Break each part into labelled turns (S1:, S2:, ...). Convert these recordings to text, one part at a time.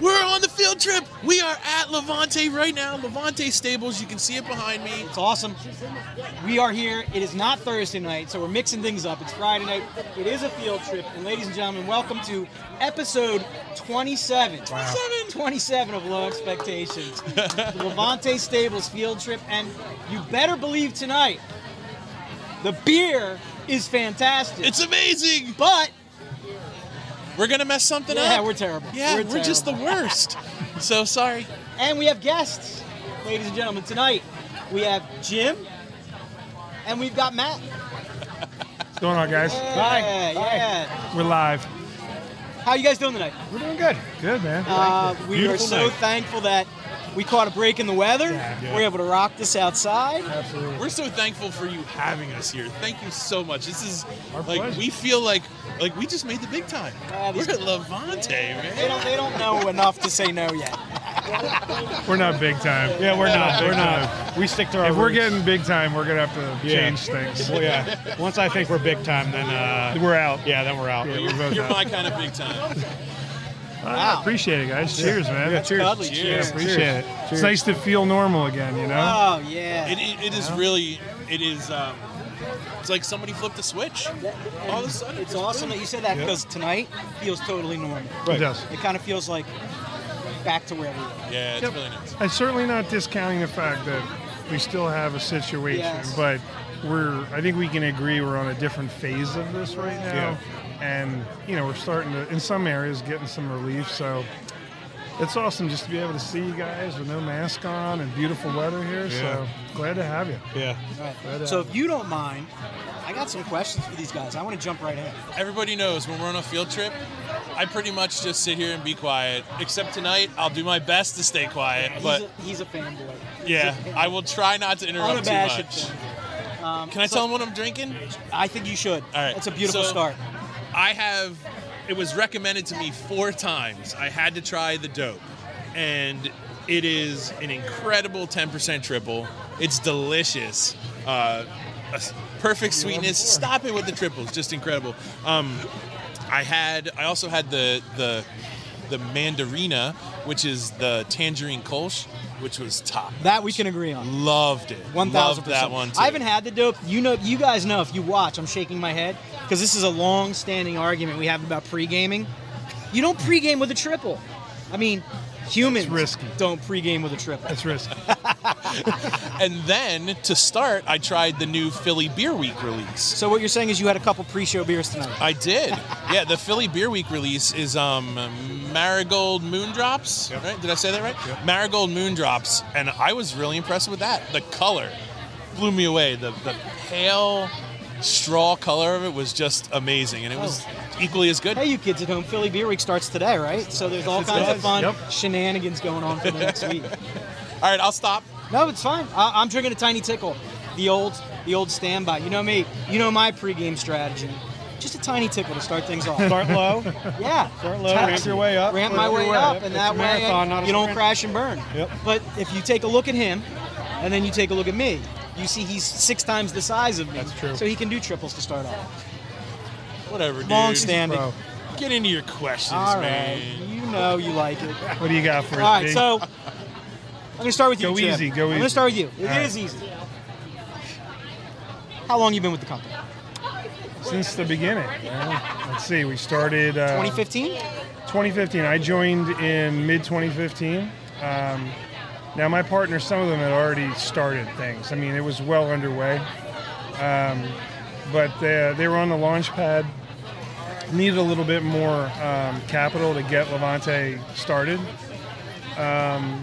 S1: We're on the field trip. We are at Levante right now. Levante Stables. You can see it behind me.
S2: It's awesome. We are here. It is not Thursday night, so we're mixing things up. It's Friday night. It is a field trip. And ladies and gentlemen, welcome to episode 27.
S1: 27.
S2: 27 of Low Expectations. the Levante Stables field trip. And you better believe tonight, the beer is fantastic.
S1: It's amazing.
S2: but
S1: We're gonna mess something
S2: yeah,
S1: up.
S2: we're terrible.
S1: yeah, we're, just the
S2: terrible.
S1: worst. so sorry.
S2: And we have guests, ladies and gentlemen. Tonight we have Jim, and we've got Matt.
S3: What's going on, guys?
S2: Yeah, yeah.
S3: We're live.
S2: How you guys doing tonight?
S3: We're doing good. Good, man.
S2: Uh, we are
S3: Beautiful
S2: so
S3: night.
S2: thankful that we caught a break in the weather.
S3: Yeah. Yeah.
S2: We're able to rock this outside.
S3: Absolutely.
S1: We're so thankful for you having us here. Thank you so much. This is
S3: Our
S1: like
S3: pleasure.
S1: we feel like like we just made the big time.
S2: Yeah,
S1: we're
S2: these-
S1: at Levante,
S2: They
S1: man.
S2: don't, they don't know enough to say no yet.
S3: We're not big time.
S4: Yeah, we're not.
S3: big
S4: We're
S3: time.
S4: not. We stick to our.
S3: If we're
S4: roots.
S3: getting big time, we're gonna have to
S4: Yeah.
S3: change things.
S4: Well, yeah. Once I think we're big time, then uh,
S3: We're out.
S4: yeah, then we're out.
S3: Yeah, we're
S1: You're,
S3: both
S1: you're
S3: out.
S1: my kind of big time.
S3: I appreciate it, guys. Cheers, man.
S4: Yeah, cheers.
S2: Cuddly
S1: Cheers.
S2: cheers.
S3: Appreciate
S4: Cheers.
S3: it. It's
S4: Cheers.
S3: nice to feel normal again, you know?
S2: Oh yeah.
S1: It, it, it is really, it is, um, it's like somebody flipped a switch. All of a sudden,
S2: it's awesome that you said that
S4: Yeah.
S2: because tonight feels totally normal.
S4: Right.
S3: It does.
S2: It kind of feels like back to where we were.
S1: Yeah, it's
S3: Yep.
S1: really nice.
S3: I'm certainly not discounting the fact that we still have a situation,
S2: Yes.
S3: but we're I think we can agree we're on a different phase of this right now. And you know, we're starting to in some areas getting some relief, so it's awesome just to be able to see you guys with no mask on and beautiful weather here. So glad to have you.
S4: Yeah.
S3: Right
S2: So
S3: on.
S2: if you don't mind, I got some questions for these guys. I want to jump right in.
S1: Everybody knows when we're on a field trip, I pretty much just sit here and be quiet. Except tonight, I'll do my best to stay quiet.
S2: He's,
S1: But
S2: a, he's a fanboy.
S1: yeah, I will try not to interrupt too
S2: Unabashed
S1: much.
S2: fanboy. Um,
S1: Can I
S2: so
S1: tell them what I'm drinking?
S2: I think you should. All
S1: right,
S2: That's a beautiful
S1: so-
S2: start.
S1: I have. It was recommended to me four times. I had to try the dope, and it is an incredible 10% triple. It's delicious. Uh, a s- perfect sweetness. Stop it with the triples. Just incredible. Um, I had. I also had the the the mandarina, which is the tangerine kolsch, which was top.
S2: That we can agree on.
S1: Loved it.
S2: One thousand
S1: Loved that one.
S2: percent. I haven't had the dope. You know, you guys know if you watch, I'm shaking my head because this is a long-standing argument we have about pre-gaming. You don't pre-game with a triple. I mean, humans
S3: risky.
S2: don't pre-game with a triple.
S3: That's risky.
S1: And then to start, I tried the new Philly Beer Week release.
S2: So what you're saying is you had a couple pre-show beers tonight.
S1: I did. Yeah, the Philly Beer Week release is um, Marigold Moon Drops. Right? Did I say that right? Marigold Moon Drops, and I was really impressed with that. The color blew me away. The the pale straw color of it was just amazing, and it was equally as good.
S2: Oh. Hey, you kids at home, Philly Beer Week starts today, right? So there's all kinds of
S3: does.
S2: fun
S3: Yep.
S2: shenanigans going on for the next week.
S1: All right, I'll stop.
S2: No, it's fine. I- I'm drinking a Tiny Tickle, the old, the old standby. You know me. You know my pregame strategy. Just a Tiny Tickle to start things off.
S4: Start low.
S2: yeah.
S4: Start low.
S2: Tap-
S4: Ramp your way up.
S2: Ramp my way up, and
S4: It's
S2: that
S4: a
S2: way
S4: marathon, not a
S2: you don't
S4: sprint.
S2: crash and burn.
S4: Yep.
S2: But if you take a look at him, and then you take a look at me, you see he's six times the size of me.
S4: That's true.
S2: So he can do triples to start off.
S1: Whatever, dude.
S2: Long standing.
S3: Bro,
S1: Get into your questions,
S2: All right.
S1: man.
S2: You know you like it.
S3: what do you got for us?
S2: All right,
S3: Jake?
S2: so I'm gonna start with you.
S3: Go
S2: Jim.
S3: easy, go
S2: I'm
S3: easy.
S2: gonna start with you. It is
S3: All right.
S2: easy. How long you been with the company?
S3: Uh, since the beginning, you know? let's see, we started uh,
S2: 2015.
S3: 2015. I joined in mid 2015. Um, now my partners, some of them had already started things. I mean, it was well underway, um, but they, they were on the launch pad. Needed a little bit more um, capital to get Levante started, um,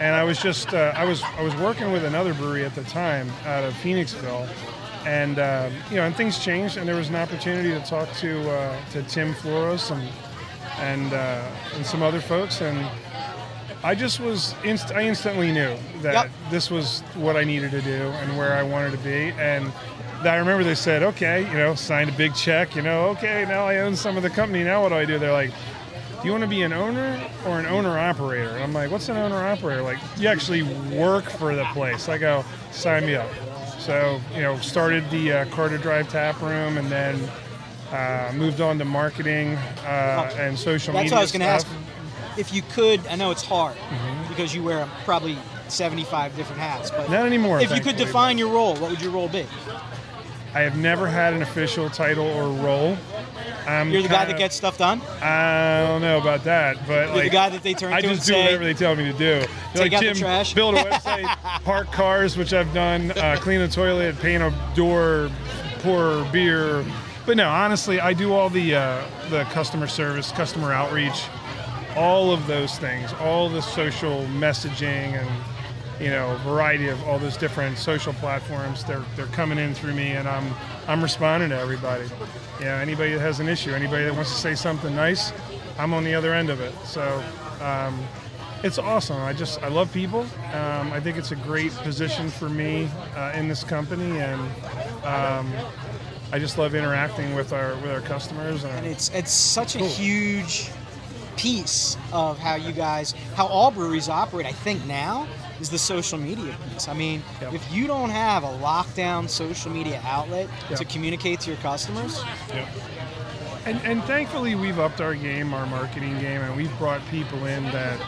S3: and I was just uh, I was I was working with another brewery at the time out of Phoenixville, and um, you know, and things changed, and there was an opportunity to talk to uh, to Tim Floros and and uh, and some other folks and I just was inst- I instantly knew that
S2: Yep.
S3: this was what I needed to do and where I wanted to be and th- I remember they said okay you know signed a big check you know okay now I own some of the company now what do I do they're like do you want to be an owner or an owner operator and I'm like what's an owner operator like you actually work for the place I go sign me up so you know started the uh, Carter Drive tap room and then uh, moved on to marketing uh, and social
S2: That's
S3: media
S2: what I was gonna
S3: stuff. Mm-hmm.
S2: ask. if you could, I know it's hard because you wear probably 75 different hats, but
S3: Not anymore,
S2: If you could
S3: thankfully,
S2: define your role, what would your role be?
S3: I have never had an official title or role. I'm
S2: You're the guy
S3: kinda-
S2: that gets stuff done.
S3: I don't know about that, but
S2: You're
S3: like,
S2: the guy that they turn
S3: I
S2: to
S3: just
S2: and
S3: do
S2: say,
S3: whatever they tell me to do. They're
S2: "Take
S3: like
S2: out the
S3: Jim,
S2: trash."
S3: build a website, park cars, which I've done, uh, clean the toilet, paint a door, pour beer. But no, honestly, I do all the uh, the customer service, customer outreach, all of those things, all the social messaging, and you know, variety of all those different social platforms. They're they're coming in through me, and I'm I'm responding to everybody. Yeah, anybody that has an issue, anybody that wants to say something nice, I'm on the other end of it. So. Um, it's awesome. I just I love people. Um, I think it's a great position for me uh, in this company, and um, I just love interacting with our with our customers.
S2: And
S3: And
S2: it's it's such a huge piece of how you guys, how all breweries operate. I think now is the social media piece. I mean,
S3: Yep.
S2: if you don't have a lockdown social media outlet to
S3: Yep.
S2: communicate to your customers,
S3: and, and thankfully, we've upped our game, our marketing game, and we've brought people in that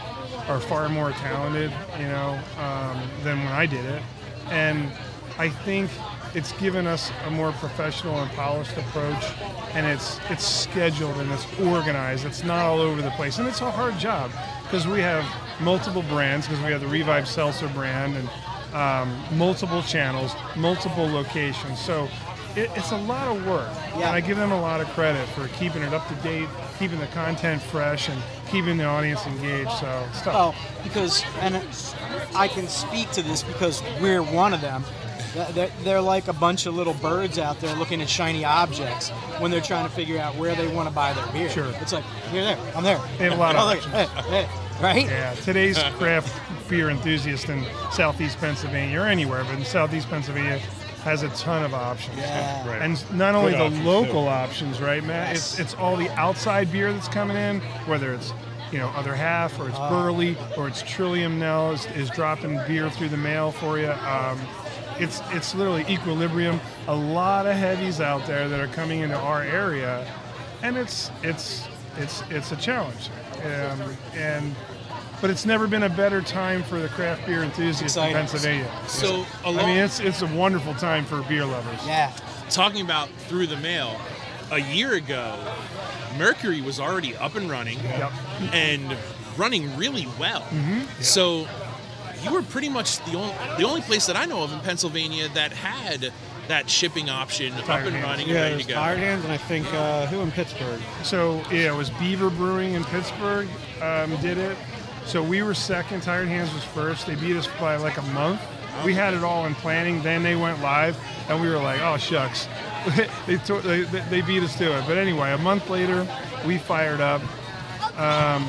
S3: are far more talented, you know, um, than when I did it. And I think it's given us a more professional and polished approach, and it's it's scheduled and it's organized. It's not all over the place, and it's a hard job because we have multiple brands, because we have the Revive Seltzer brand and um, multiple channels, multiple locations. So it, it's a lot of work.
S2: Yeah.
S3: And I give them a lot of credit for keeping it up to date, keeping the content fresh, and keeping the audience engaged. So it's tough.
S2: well, because and I can speak to this because we're one of them. They're- They're, they're like a bunch of little birds out there looking at shiny objects when they're trying to figure out where they want to buy their beer.
S3: Sure.
S2: It's like, you're there, I'm there.
S3: They have a lot of
S2: Oh, look,
S3: options.
S2: eh, eh, right?
S3: Yeah, today's craft beer enthusiast in Southeast Pennsylvania or anywhere, but in Southeast Pennsylvania has a ton of options.
S2: Yeah.
S4: Right.
S3: And not only
S4: Good
S3: the
S4: options,
S3: local
S4: too.
S3: options, right, Matt?
S2: Yes.
S3: It's, it's all the outside beer that's coming in, whether it's you know other half or it's
S2: Oh.
S3: Burley or it's Trillium now is, is dropping beer through the mail for you. Um, it's it's literally equilibrium. A lot of heavies out there that are coming into our area, and it's it's it's it's a challenge. Um, and but it's never been a better time for the craft beer enthusiast in
S2: Exciting.
S3: Pennsylvania.
S1: So, along,
S3: I mean, it's it's a wonderful time for beer lovers.
S2: Yeah.
S1: talking about through the mail, a year ago, Mercury was already up and running
S3: Yep.
S1: and running really well. So you were pretty much the only the only place that I know of in Pennsylvania that had that shipping option up
S3: Tired
S1: and
S3: Hands.
S1: running and
S4: Yeah,
S1: ready
S4: there's
S1: to go.
S4: Tired Hands, and I think uh, who in Pittsburgh?
S3: So yeah, it was Beaver Brewing in Pittsburgh um, did it. So we were second. Tired Hands was first. They beat us by like a month. We had it all in planning. Then they went live, and we were like, "Oh shucks," they, to- they they beat us to it. But anyway, a month later, we fired up, um,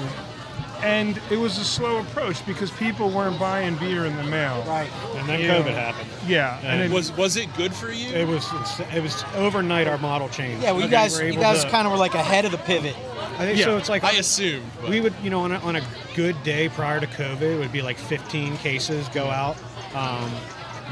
S3: and it was a slow approach because people weren't buying beer in the mail.
S2: Right.
S4: And then
S3: You
S4: COVID
S3: know,
S4: happened.
S3: Yeah, and it,
S1: Was was it good for you?
S4: It was it was overnight our model changed.
S2: Yeah, well, you
S4: We
S2: guys,
S4: were
S2: you
S4: able
S2: guys
S4: to-
S2: kind of were like ahead of the pivot.
S4: I think
S3: Yeah.
S4: so. It's like
S1: I assumed. but-
S4: we would, you know, on a, on a good day prior to COVID, it would be like 15 cases go out. Um,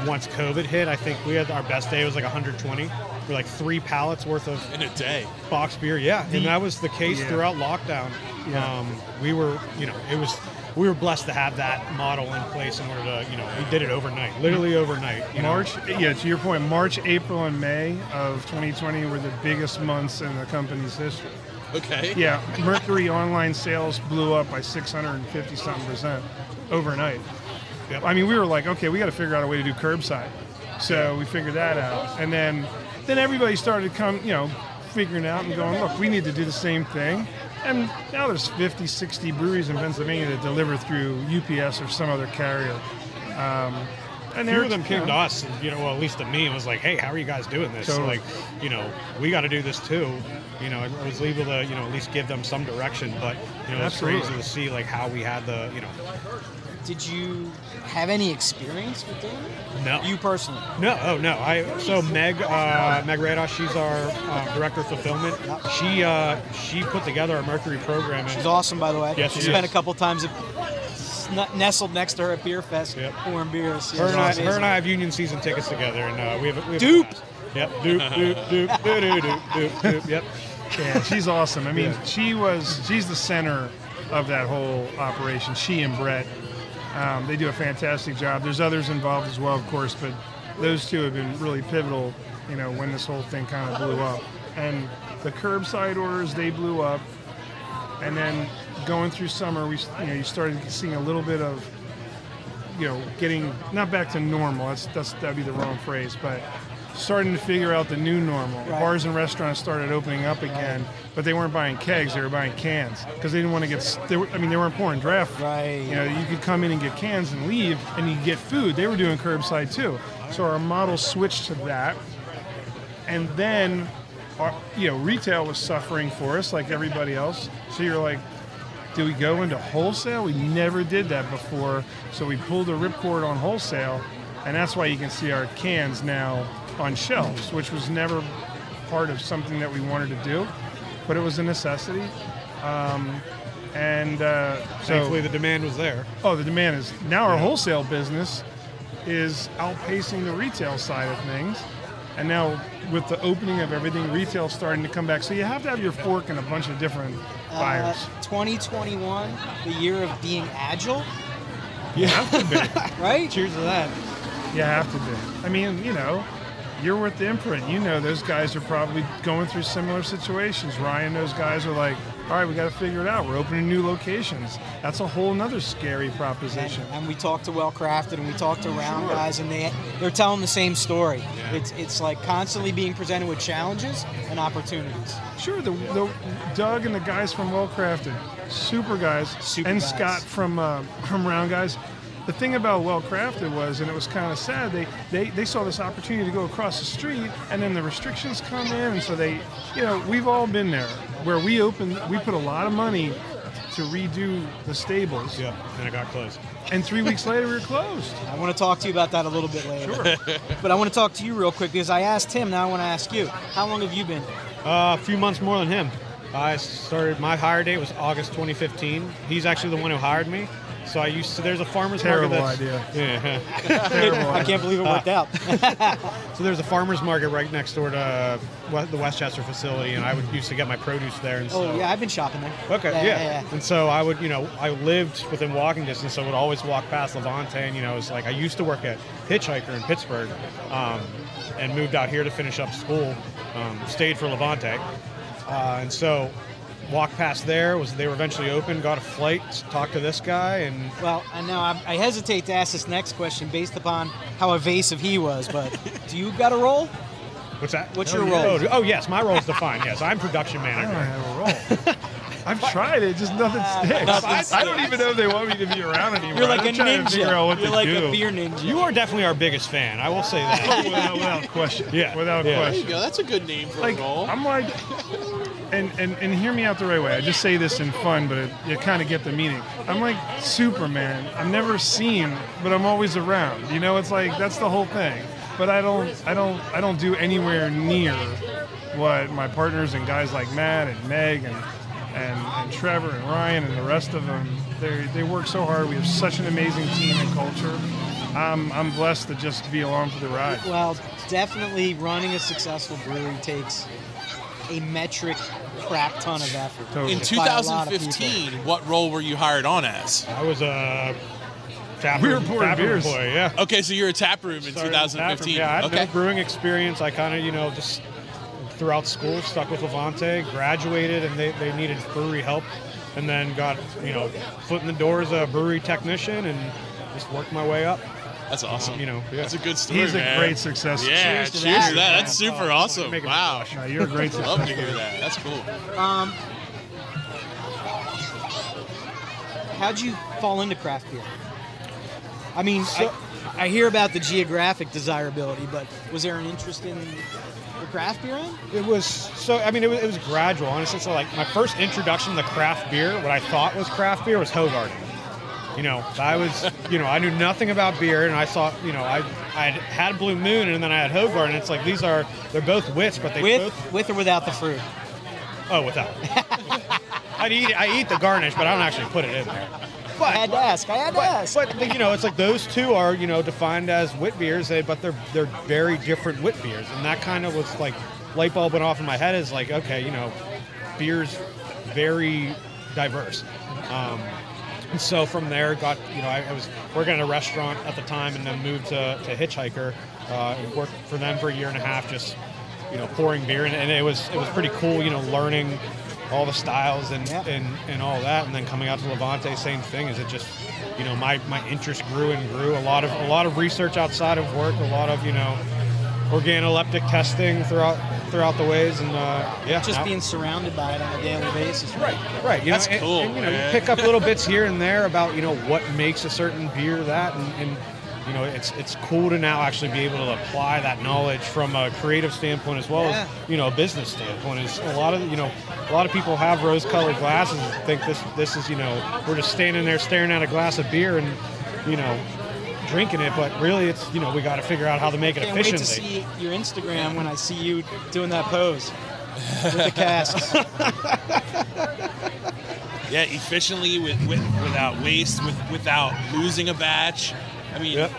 S4: once COVID hit, I think we had our best day was like 120. We're like three pallets worth of
S1: in a day.
S4: box beer. Yeah, and that was the case
S3: Yeah.
S4: throughout lockdown.
S3: Yeah.
S4: Um, we were, you know, it was we were blessed to have that model in place in order to, you know, we did it overnight, literally overnight. You know?
S3: March, yeah, to your point, March, April, and May of 2020 were the biggest months in the company's history.
S1: Okay.
S3: Yeah, Mercury online sales blew up by 650 something percent overnight.
S4: Yep.
S3: I mean, we were like, okay, we got to figure out a way to do curbside. So we figured that out, and then then everybody started come, you know, figuring out and going, look, we need to do the same thing. And now there's 50, 60 breweries in Pennsylvania that deliver through UPS or some other carrier. Um, and
S4: a few
S3: they're-
S4: of them
S3: you
S4: came
S3: know,
S4: to us, and you know, well, at least to me, and was like, "Hey, how are you guys doing this?
S3: Totally.
S4: Like, you know, we got to do this too." You know, I was able to, you know, at least give them some direction. But you know, it's
S3: Absolutely.
S4: crazy to see like how we had the, you know,
S2: Did you have any experience with them?
S4: no,
S2: You personally?
S4: No, oh no. I so Meg uh, Meg Radosh, she's our uh, director of fulfillment. She uh, she put together a Mercury program.
S2: She's
S4: And,
S2: awesome, by the way.
S4: Yes,
S2: she
S4: she
S2: spent
S4: is.
S2: a couple times at, sn- nestled next to her at Beer Fest, Uh,
S4: Yep.
S2: pouring beers. She's
S4: her, and I,
S2: amazing.
S4: her and I have union season tickets together, and uh, we have a, we have a
S2: Dupe.
S4: blast. Yep, doop doop doop doop doop doop doop. Yep.
S3: Yeah, she's awesome. I mean, she was she's the center of that whole operation. She and Brett, um, they do a fantastic job. There's others involved as well, of course, but those two have been really pivotal. You know, when this whole thing kind of blew up, and the curbside orders they blew up, and then going through summer, we you know you started seeing a little bit of you know getting not back to normal. That's that's that'd be the wrong phrase, but starting to figure out the new normal.
S2: Right.
S3: Bars and restaurants started opening up again, but they weren't buying kegs; they were buying cans because they didn't want to get. s- They were, I mean, they weren't pouring draft.
S2: Right.
S3: You know, you could come in and get cans and leave, and you could get food. They were doing curbside too, so our model switched to that and then our, you know retail was suffering for us like everybody else so you're like do we go into wholesale we never did that before so we pulled the ripcord on wholesale and that's why you can see our cans now on shelves which was never part of something that we wanted to do but it was a necessity um, and uh, so
S4: Thankfully, the demand was there.
S3: Oh, the demand is now our wholesale business is outpacing the retail side of things. And now with the opening of everything, retail's starting to come back. So you have to have your fork in a bunch of different
S2: Uh,
S3: buyers.
S2: 2021, the year of being agile,
S3: You have to be.
S2: right?
S4: Cheers to that.
S3: You have to be. I mean, you know, you're with the imprint. You know those guys are probably going through similar situations. Ryan, those guys are like, all right, we got to figure it out. We're opening new locations. That's a whole nother scary
S2: And,
S3: proposition.
S2: and we talked to Well Crafted and we talked to Round Guys, and they they're telling the same story. It's it's like constantly being presented with challenges and opportunities.
S3: Sure, the, the Doug and the guys from Well Crafted, super guys,
S2: Super
S3: and
S2: guys.
S3: Scott from uh, from Round Guys. The thing about Well Crafted was, and it was kind of sad, they, they they saw this opportunity to go across the street, and then the restrictions come in, and so they, you know, we've all been there where we opened, we put a lot of money to redo the stables,
S4: Yep. And it got closed.
S3: and three weeks later we were closed.
S2: I want to talk to you about that a little bit later. but I want to talk to you real quick because I asked him. Now I want to ask you. How long have you been? there?
S4: Uh, a few months more than him. I started my hire date was August 2015. He's actually the one who hired me. So I used to. There's a farmers
S3: Terrible
S4: market.
S3: idea.
S4: that's- Yeah.
S3: Terrible.
S2: I can't believe it worked out.
S4: So there's a farmers market right next door to uh, the Westchester facility, and I would used to get my produce there. And so,
S2: oh yeah, I've been shopping there.
S4: Okay, yeah,
S2: yeah.
S4: And so I would, you know, I lived within walking distance, so I would always walk past Levante. And, you know, it's like I used to work at Hitchhiker in Pittsburgh um, and moved out here to finish up school, um, stayed for Levante. Uh, and so walked past there, was they were eventually open, got a flight, talked to this guy, and
S2: Well, I know I, I hesitate to ask this next question based upon how evasive he was, but do you got a role?
S4: what's that?
S2: What's
S4: Oh,
S2: your
S4: yeah.
S2: role?
S4: Oh, oh, yes, my role is defined. Yes, I'm production
S3: I don't
S4: manager.
S3: have a role. I've tried it, just nothing sticks.
S2: nothing
S3: I don't even know if they want me to be around anymore.
S2: You're like
S3: I'm
S2: a
S3: trying
S2: ninja.
S3: to figure out what
S2: You're
S3: to
S2: like
S3: do.
S2: a beer ninja.
S4: You are definitely our biggest fan. I will say that.
S5: Oh,
S3: without, without question.
S4: Yeah.
S3: Without
S4: Yeah.
S5: There you
S3: question.
S5: go. That's a good name for
S3: Like
S5: a role.
S3: I'm like, and, and and hear me out the right way. I just say this in fun, but it, you kind of get the meaning. I'm like Superman. I'm never seen, but I'm always around. You know, it's like that's the whole thing. But I don't, I don't, I don't do anywhere near what my partners and guys like Matt and Meg and and, and Trevor and Ryan and the rest of them. They they work so hard. We have such an amazing team and culture. I'm I'm blessed to just be along for the ride.
S2: Well, definitely running a successful brewery takes a metric crap ton of effort.
S3: Totally.
S5: In
S2: By a lot of people.
S5: 2015, what role were you hired on as?
S4: I was a tap
S3: We were pouring
S4: tap room
S3: beers.
S4: boy, yeah.
S5: Okay, so you're a tap room in
S4: Started in tap room.
S5: 2015.
S4: Yeah, I had
S5: okay.
S4: no brewing experience. I kind of, you know, just throughout school stuck with Levante, graduated, and they, they needed brewery help, and then got, you know, foot in the door as a brewery technician and just worked my way up.
S5: That's awesome.
S4: You know, yeah.
S5: that's a good story.
S3: He's a
S5: man.
S3: great success.
S5: Yeah, cheers
S2: Cheers to
S5: to
S2: that.
S5: that. That's super awesome.
S4: uh, Make it
S5: Wow.
S3: No, you're a great
S5: Love to
S3: success.
S5: hear that. That's cool.
S2: How'd you fall into craft beer? I mean, I, I hear about the geographic desirability, but was there an interest in the craft beer end?
S4: It was so. I mean, it was, it was gradual. Honestly, so like my first introduction to craft beer, what I thought was craft beer was Hogarden. You know, I was, you know, I knew nothing about beer, and I saw, you know, I I had Blue Moon, and then I had Hogarden. It's like these are they're both wits, but they both
S2: With, with or without the fruit?
S4: oh without. I eat I eat the garnish, but I don't actually put it in there.
S2: I had to ask. I had to
S4: But,
S2: ask.
S4: but you know, it's like those two are you know defined as wit beers, eh, but they're they're very different wit beers, and that kind of was like light bulb went off in my head. Is like okay, you know, beers very diverse. Um, and so from there, got you know, I, I was working at a restaurant at the time, and then moved to, to Hitchhiker. Uh, and worked for them for a year and a half, just you know, pouring beer, and, and it was it was pretty cool. You know, learning all the styles and,
S2: Yeah.
S4: and and all that, and then coming out to Levante, same thing. Is it just you know, my my interest grew and grew. A lot of a lot of research outside of work, a lot of you know, organoleptic testing throughout throughout the ways, and uh, yeah,
S2: Just
S4: now-
S2: being surrounded by it on a daily basis. Right.
S4: Right. You
S5: That's
S4: know, and-
S5: cool,
S4: and, you know,
S5: man.
S4: you pick up little bits here and there about you know what makes a certain beer that, and, and you know, it's it's cool to now actually be able to apply that knowledge from a creative standpoint as well
S2: Yeah.
S4: as you know a business standpoint. Is a lot of you know a lot of people have rose-colored glasses and think this this is you know we're just standing there staring at a glass of beer and you know drinking it, but really it's you know we got to figure out how to make it
S2: Can't wait to
S4: efficiently.
S2: see your Instagram when I see you doing that pose with the casks.
S1: Yeah, efficiently with, with without waste, with without losing a batch. I mean,
S4: Yep.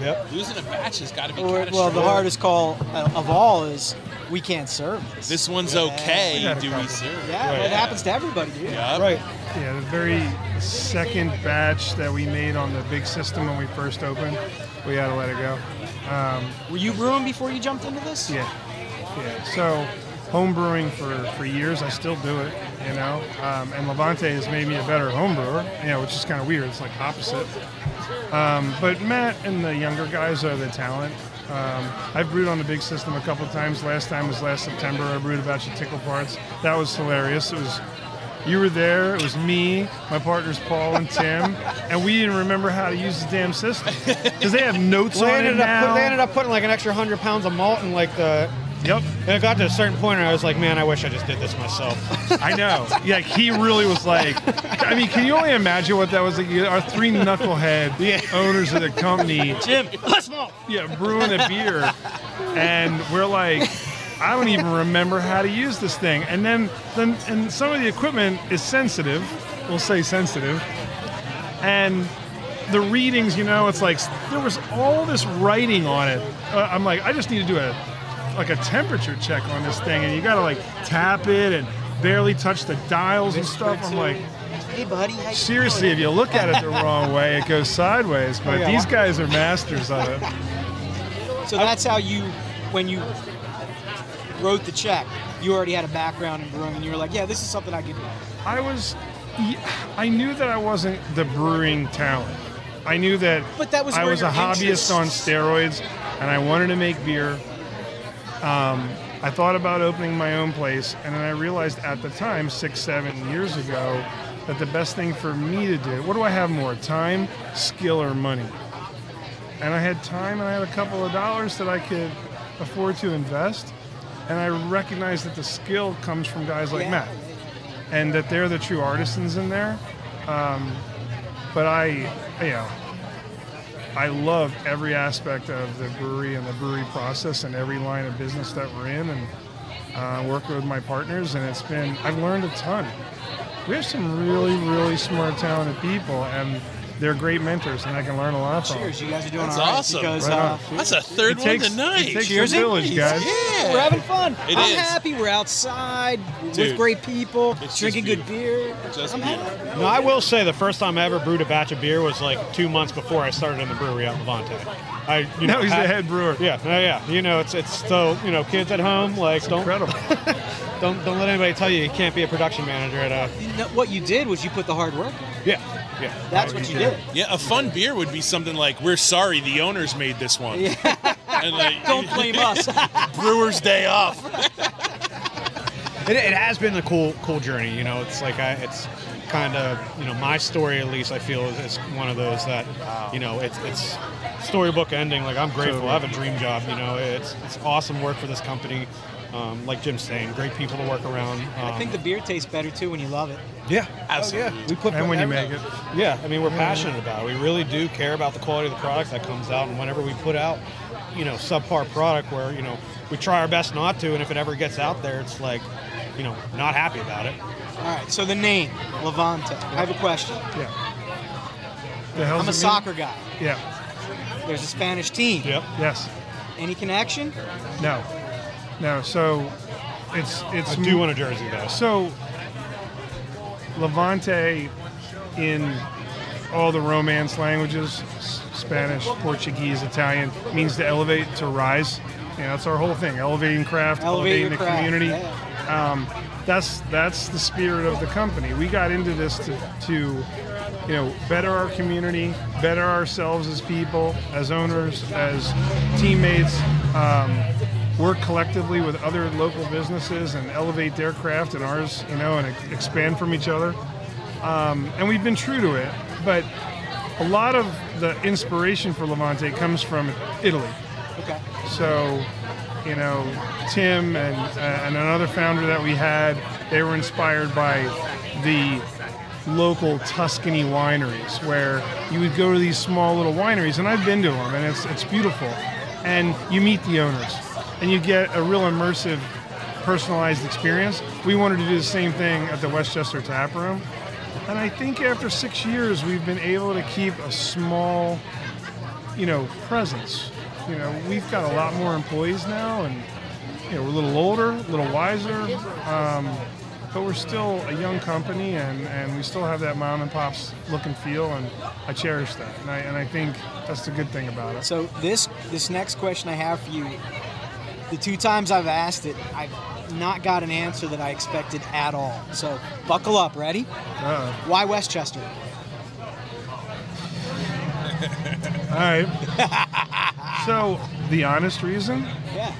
S4: Yep.
S1: losing a batch has got to be
S2: Or-
S1: catastrophic.
S2: well, the hardest call uh, of all is we can't serve this.
S1: This one's
S2: Yeah.
S1: okay.
S3: We had a
S1: Do we
S3: couple.
S1: serve?
S2: Yeah, well, it happens to everybody, dude.
S1: Yup.
S4: Right.
S3: Yeah, the very second batch that we made on the big system when we first opened, we had to let it go. Um,
S2: Were you brewing before you jumped into this?
S3: yeah, yeah. So home brewing for, for years, I still do it, you know. Um, and Levante has made me a better home brewer, you know, which is kind of weird. It's like opposite. Um, but Matt and the younger guys are the talent. Um, I've brewed on the big system a couple times. Last time was last September. I brewed a batch of tickle parts. That was hilarious. It was you were there. It was me, my partners Paul and Tim, and we didn't remember how to use the damn system because they have notes
S4: They
S3: on it
S4: ended, up,
S3: now.
S4: put- they ended up putting like an extra hundred pounds of malt in like the
S3: Yep.
S4: And it got to a certain point, and I was like, man, I wish I just did this myself.
S3: I know. Yeah, like, he really was like. I mean, can you only imagine what that was like? You- Our three knucklehead owners of the company,
S2: Jim, let's malt.
S3: yeah, brewing a beer, and we're like, I don't even remember how to use this thing. And then, then, and some of the equipment is sensitive. We'll say sensitive, and the readings, you know, it's like there was all this writing on it. Uh, I'm like, I just need to do a like a temperature check on this thing, and you gotta like tap it and barely touch the dials and stuff. I'm like,
S2: Hey, buddy. How you
S3: seriously, if
S2: doing?
S3: you look at it the wrong way, it goes sideways. But
S4: yeah.
S3: these guys are masters of it.
S2: So that's how you, when you wrote the check, you already had a background in brewing, and you were like, yeah, this is something I could do.
S3: I was, I knew that I wasn't the brewing talent. I knew that.
S2: But that was
S3: I
S2: where
S3: was a
S2: your
S3: hobbyist
S2: interests-
S3: on steroids, and I wanted to make beer. Um, I thought about opening my own place, and then I realized at the time, six, seven years ago, that the best thing for me to do, what do I have more, time, skill, or money? And I had time, and I had a couple of dollars that I could afford to invest. And I recognized that the skill comes from guys like
S2: Yeah.
S3: Matt and that they're the true artisans in there. Um, but I, you know, I love every aspect of the brewery and the brewery process and every line of business that we're in, and uh, working with my partners. And it's been I've learned a ton. We have some really, really smart, talented people, and they're great mentors, and I can learn a lot from. them.
S2: Cheers, you guys are doing
S1: That's
S2: all right
S1: awesome.
S2: because
S3: Right
S2: uh,
S3: on.
S5: That's a third
S3: It takes,
S5: one
S3: It
S5: tonight.
S3: takes
S2: Cheers,
S3: a village,
S2: it?
S3: guys.
S5: Yeah.
S2: We're having fun.
S5: It
S2: I'm
S5: is.
S2: happy. We're outside with
S5: Dude,
S2: great people,
S5: just
S2: drinking good beer.
S5: Just
S2: I'm
S5: beautiful.
S2: happy.
S4: No, I will say the first time I ever brewed a batch of beer was like two months before I started in the brewery out in Levante. I, you
S3: Now
S4: know,
S3: he's the
S4: had-
S3: head brewer.
S4: Yeah, oh, yeah. You know, it's it's so you know, kids at home, like don't
S3: Incredible.
S4: don't don't let anybody tell you you can't be a production manager at a.
S2: You know, what you did was you put the hard work in.
S4: Yeah, yeah.
S2: That's
S3: Oh,
S2: what you did.
S5: Yeah, a fun beer would be something like, "We're sorry, the owners made this one."
S2: Yeah.
S5: And like,
S2: Don't blame us.
S5: Brewers Day off.
S4: It, it has been a cool cool journey. You know, it's like I it's kind of you know my story at least I feel is, is one of those that you know it's it's storybook ending. Like I'm grateful. I have a dream job. You know, it's it's awesome work for this company. Um, like Jim's saying, great people to work around. Um,
S2: I think the beer tastes better too when you love it.
S4: yeah,
S5: Absolutely.
S4: yeah. We put
S3: And when you
S4: everything-
S3: make it.
S4: Yeah, I mean we're passionate about it. We really do care about the quality of the product that comes out, and whenever we put out, you know, subpar product where you know we try our best not to, and if it ever gets out there, it's like, you know, not happy about it.
S2: All right. So the name Levante. I have a question.
S3: Yeah. The hell's it
S2: I'm a
S3: mean?
S2: soccer guy.
S3: Yeah.
S2: There's a Spanish team.
S4: Yep.
S3: Yes.
S2: Any connection?
S3: No, no. So it's it's
S4: I do want a jersey though.
S3: so Levante in all the Romance languages, S- Spanish, Portuguese, Italian, means to elevate, to rise. You know, that's our whole thing: elevating craft,
S2: Elevate
S3: elevating
S2: your
S3: the
S2: craft,
S3: community.
S2: yeah.
S3: Um, that's that's the spirit of the company. We got into this to, to you know better our community, better ourselves as people, as owners, as teammates. Um, work collectively with other local businesses and elevate their craft and ours, you know, and ex- expand from each other. Um, and we've been true to it, but a lot of the inspiration for Levante comes from Italy.
S2: Okay.
S3: So, you know, Tim and, uh, and another founder that we had, they were inspired by the local Tuscany wineries where you would go to these small little wineries, and I've been to them, and it's, it's beautiful. And you meet the owners, and you get a real immersive, personalized experience. We wanted to do the same thing at the Westchester Tap Room. And I think after six years, we've been able to keep a small you know, presence. You know, we've got a lot more employees now, and you know, we're a little older, a little wiser, um, but we're still a young company, and, and we still have that mom and pop's look and feel, and I cherish that, and I and I think that's the good thing about it.
S2: So this this next question I have for you, the two times I've asked it, I've not got an answer that I expected at all. So buckle up, ready?
S3: Uh,
S2: Why Westchester?
S3: all right. so the honest reason
S2: Yeah.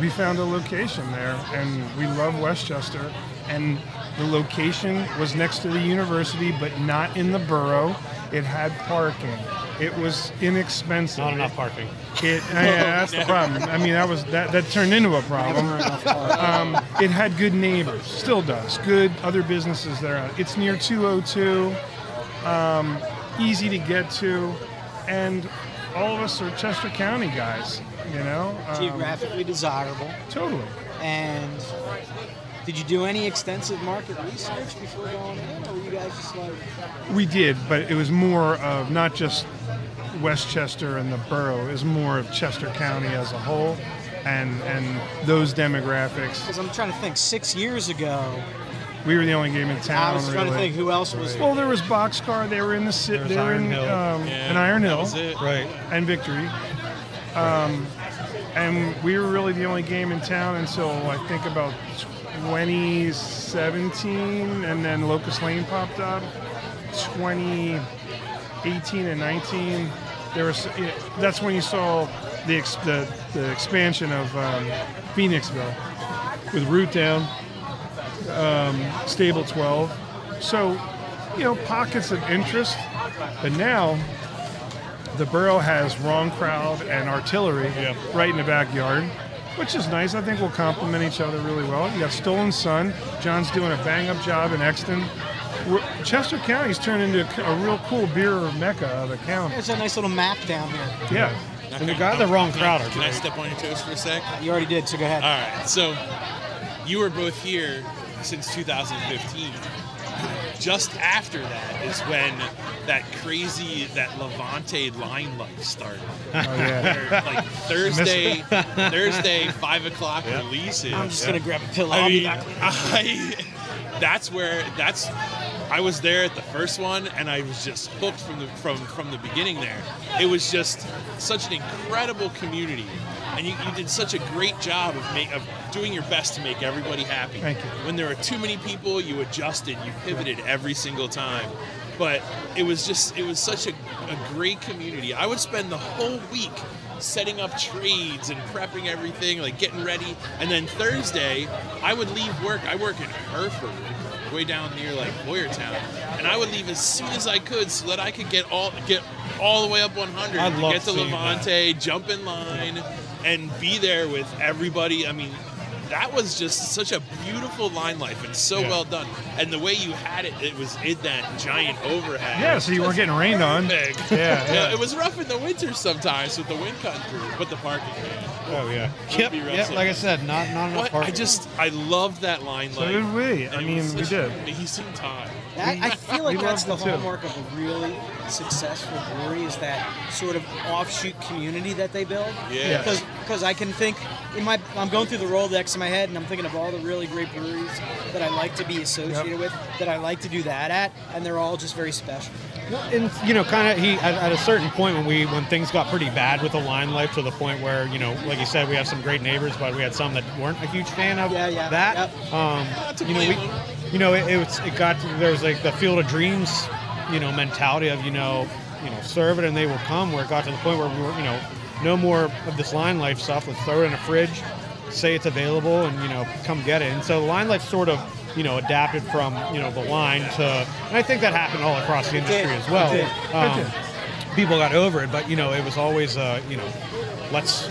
S3: we found a location there and we love westchester and the location was next to the university but not in the borough it had parking it was inexpensive
S4: Not enough parking.
S3: it, uh, yeah, that's the problem i mean that was that, that turned into a problem um, it had good neighbors still does good other businesses that are out it's near 202 um, easy to get to and all of us are chester county guys you know Um,
S2: Geographically desirable.
S3: totally
S2: And did you do any extensive market research before going in, or were you guys just like,
S3: We did, but it was more of not just Westchester and the borough. It was more of Chester County as a whole, and and those demographics.
S2: because I'm trying to think, six years ago,
S3: We were the only game in town.
S2: I was trying to
S3: really.
S2: think who else was.
S3: Well, there was Boxcar. They were in the city.
S4: There was
S3: They were
S4: Iron
S3: in
S4: Hill.
S3: um,
S1: Yeah,
S3: in Iron
S1: that
S3: Hill
S1: was it.
S4: Right.
S3: and Victory. Um, and we were really the only game in town until I think about 2017, and then Locust Lane popped up. 2018 and 19, there was. It, that's when you saw the ex, the, the expansion of um, Phoenixville with Root Down, um, Stable 12. So, you know, pockets of interest. But now, the borough has Wrong Crowd and Artillery right in the backyard, which is nice. I think we'll complement each other really well. You got Stolen Sun. John's doing a bang up job in Exton. We're, Chester County's turned into a, c- a real cool beer mecca of a county.
S2: There's a nice little map down here.
S3: Yeah.
S4: And we got the wrong
S1: Can I-
S4: crowd. are
S1: Can I
S4: great.
S1: step on your toes for a sec?
S2: You already did, so go
S3: Uh,
S2: ahead.
S1: All right. So you were both here since 2015. Just after that is when that crazy that Levante line life started.
S3: Oh, yeah.
S1: Where, like Thursday, Thursday five o'clock releases.
S2: I'm just gonna grab a pillow.
S1: I
S2: I'll be
S1: mean,
S2: back.
S1: I, that's where that's. I was there at the first one, and I was just hooked from the from from the beginning. There, it was just such an incredible community, and you, you did such a great job of make, of doing your best to make everybody happy.
S3: Thank you.
S1: When there were too many people, you adjusted, you pivoted every single time. But it was just it was such a, a great community. I would spend the whole week setting up trades and prepping everything, like getting ready. And then Thursday, I would leave work. I work in Hereford, way down near like Boyertown, and I would leave as soon as I could so that I could get all get all the way up 100,
S4: I
S1: to
S4: love
S1: get to
S4: seeing
S1: Levante, jump in line, and be there with everybody. I mean, that was just such a beautiful line life and so
S4: Yeah.
S1: well done. And the way you had it, it was in that giant overhead.
S3: Yeah, so you weren't getting rained on.
S1: Big.
S3: Yeah, yeah.
S1: Yeah, it was rough in the winter sometimes with the wind cutting through, but the parking.
S4: Oh yeah.
S1: Yep,
S4: Yep.
S1: be rough
S4: Yep.
S1: soon.
S4: Like I said, not not enough
S1: What
S4: parking.
S1: I just I love that line
S3: So
S1: life.
S3: did we. I
S1: And it
S3: mean,
S1: was
S3: we
S1: such an
S3: did.
S1: Amazing time.
S2: That, I feel
S3: We
S2: like
S3: love
S2: that's the
S3: it too.
S2: hallmark of a really successful brewery is that sort of offshoot community that they build.
S1: Yeah.
S2: Because because I can think in my I'm going through the Rolodex in my head and I'm thinking of all the really great breweries that I like to be associated
S3: Yep.
S2: with, that I like to do that at, and they're all just very special.
S4: and you know, kind of he at, at a certain point when we when things got pretty bad with the line life to the point where you know, like you said, we have some great neighbors, but we had some that weren't a huge fan of
S2: Yeah, Oh, yeah,
S4: that. Um, you know, we, you know, it, it was it got to, there was like the field of dreams, you know, mentality of you know, you know, serve it and they will come. Where it got to the point where we were you know, no more of this line life stuff. Let's throw it in a fridge, say it's available, and you know, come get it. And so the line life sort of. You know, adapted from you know the line to, and I think that happened all across the industry as well.
S2: It did.
S4: Um, people got over it, but you know, it was always uh, you know, let's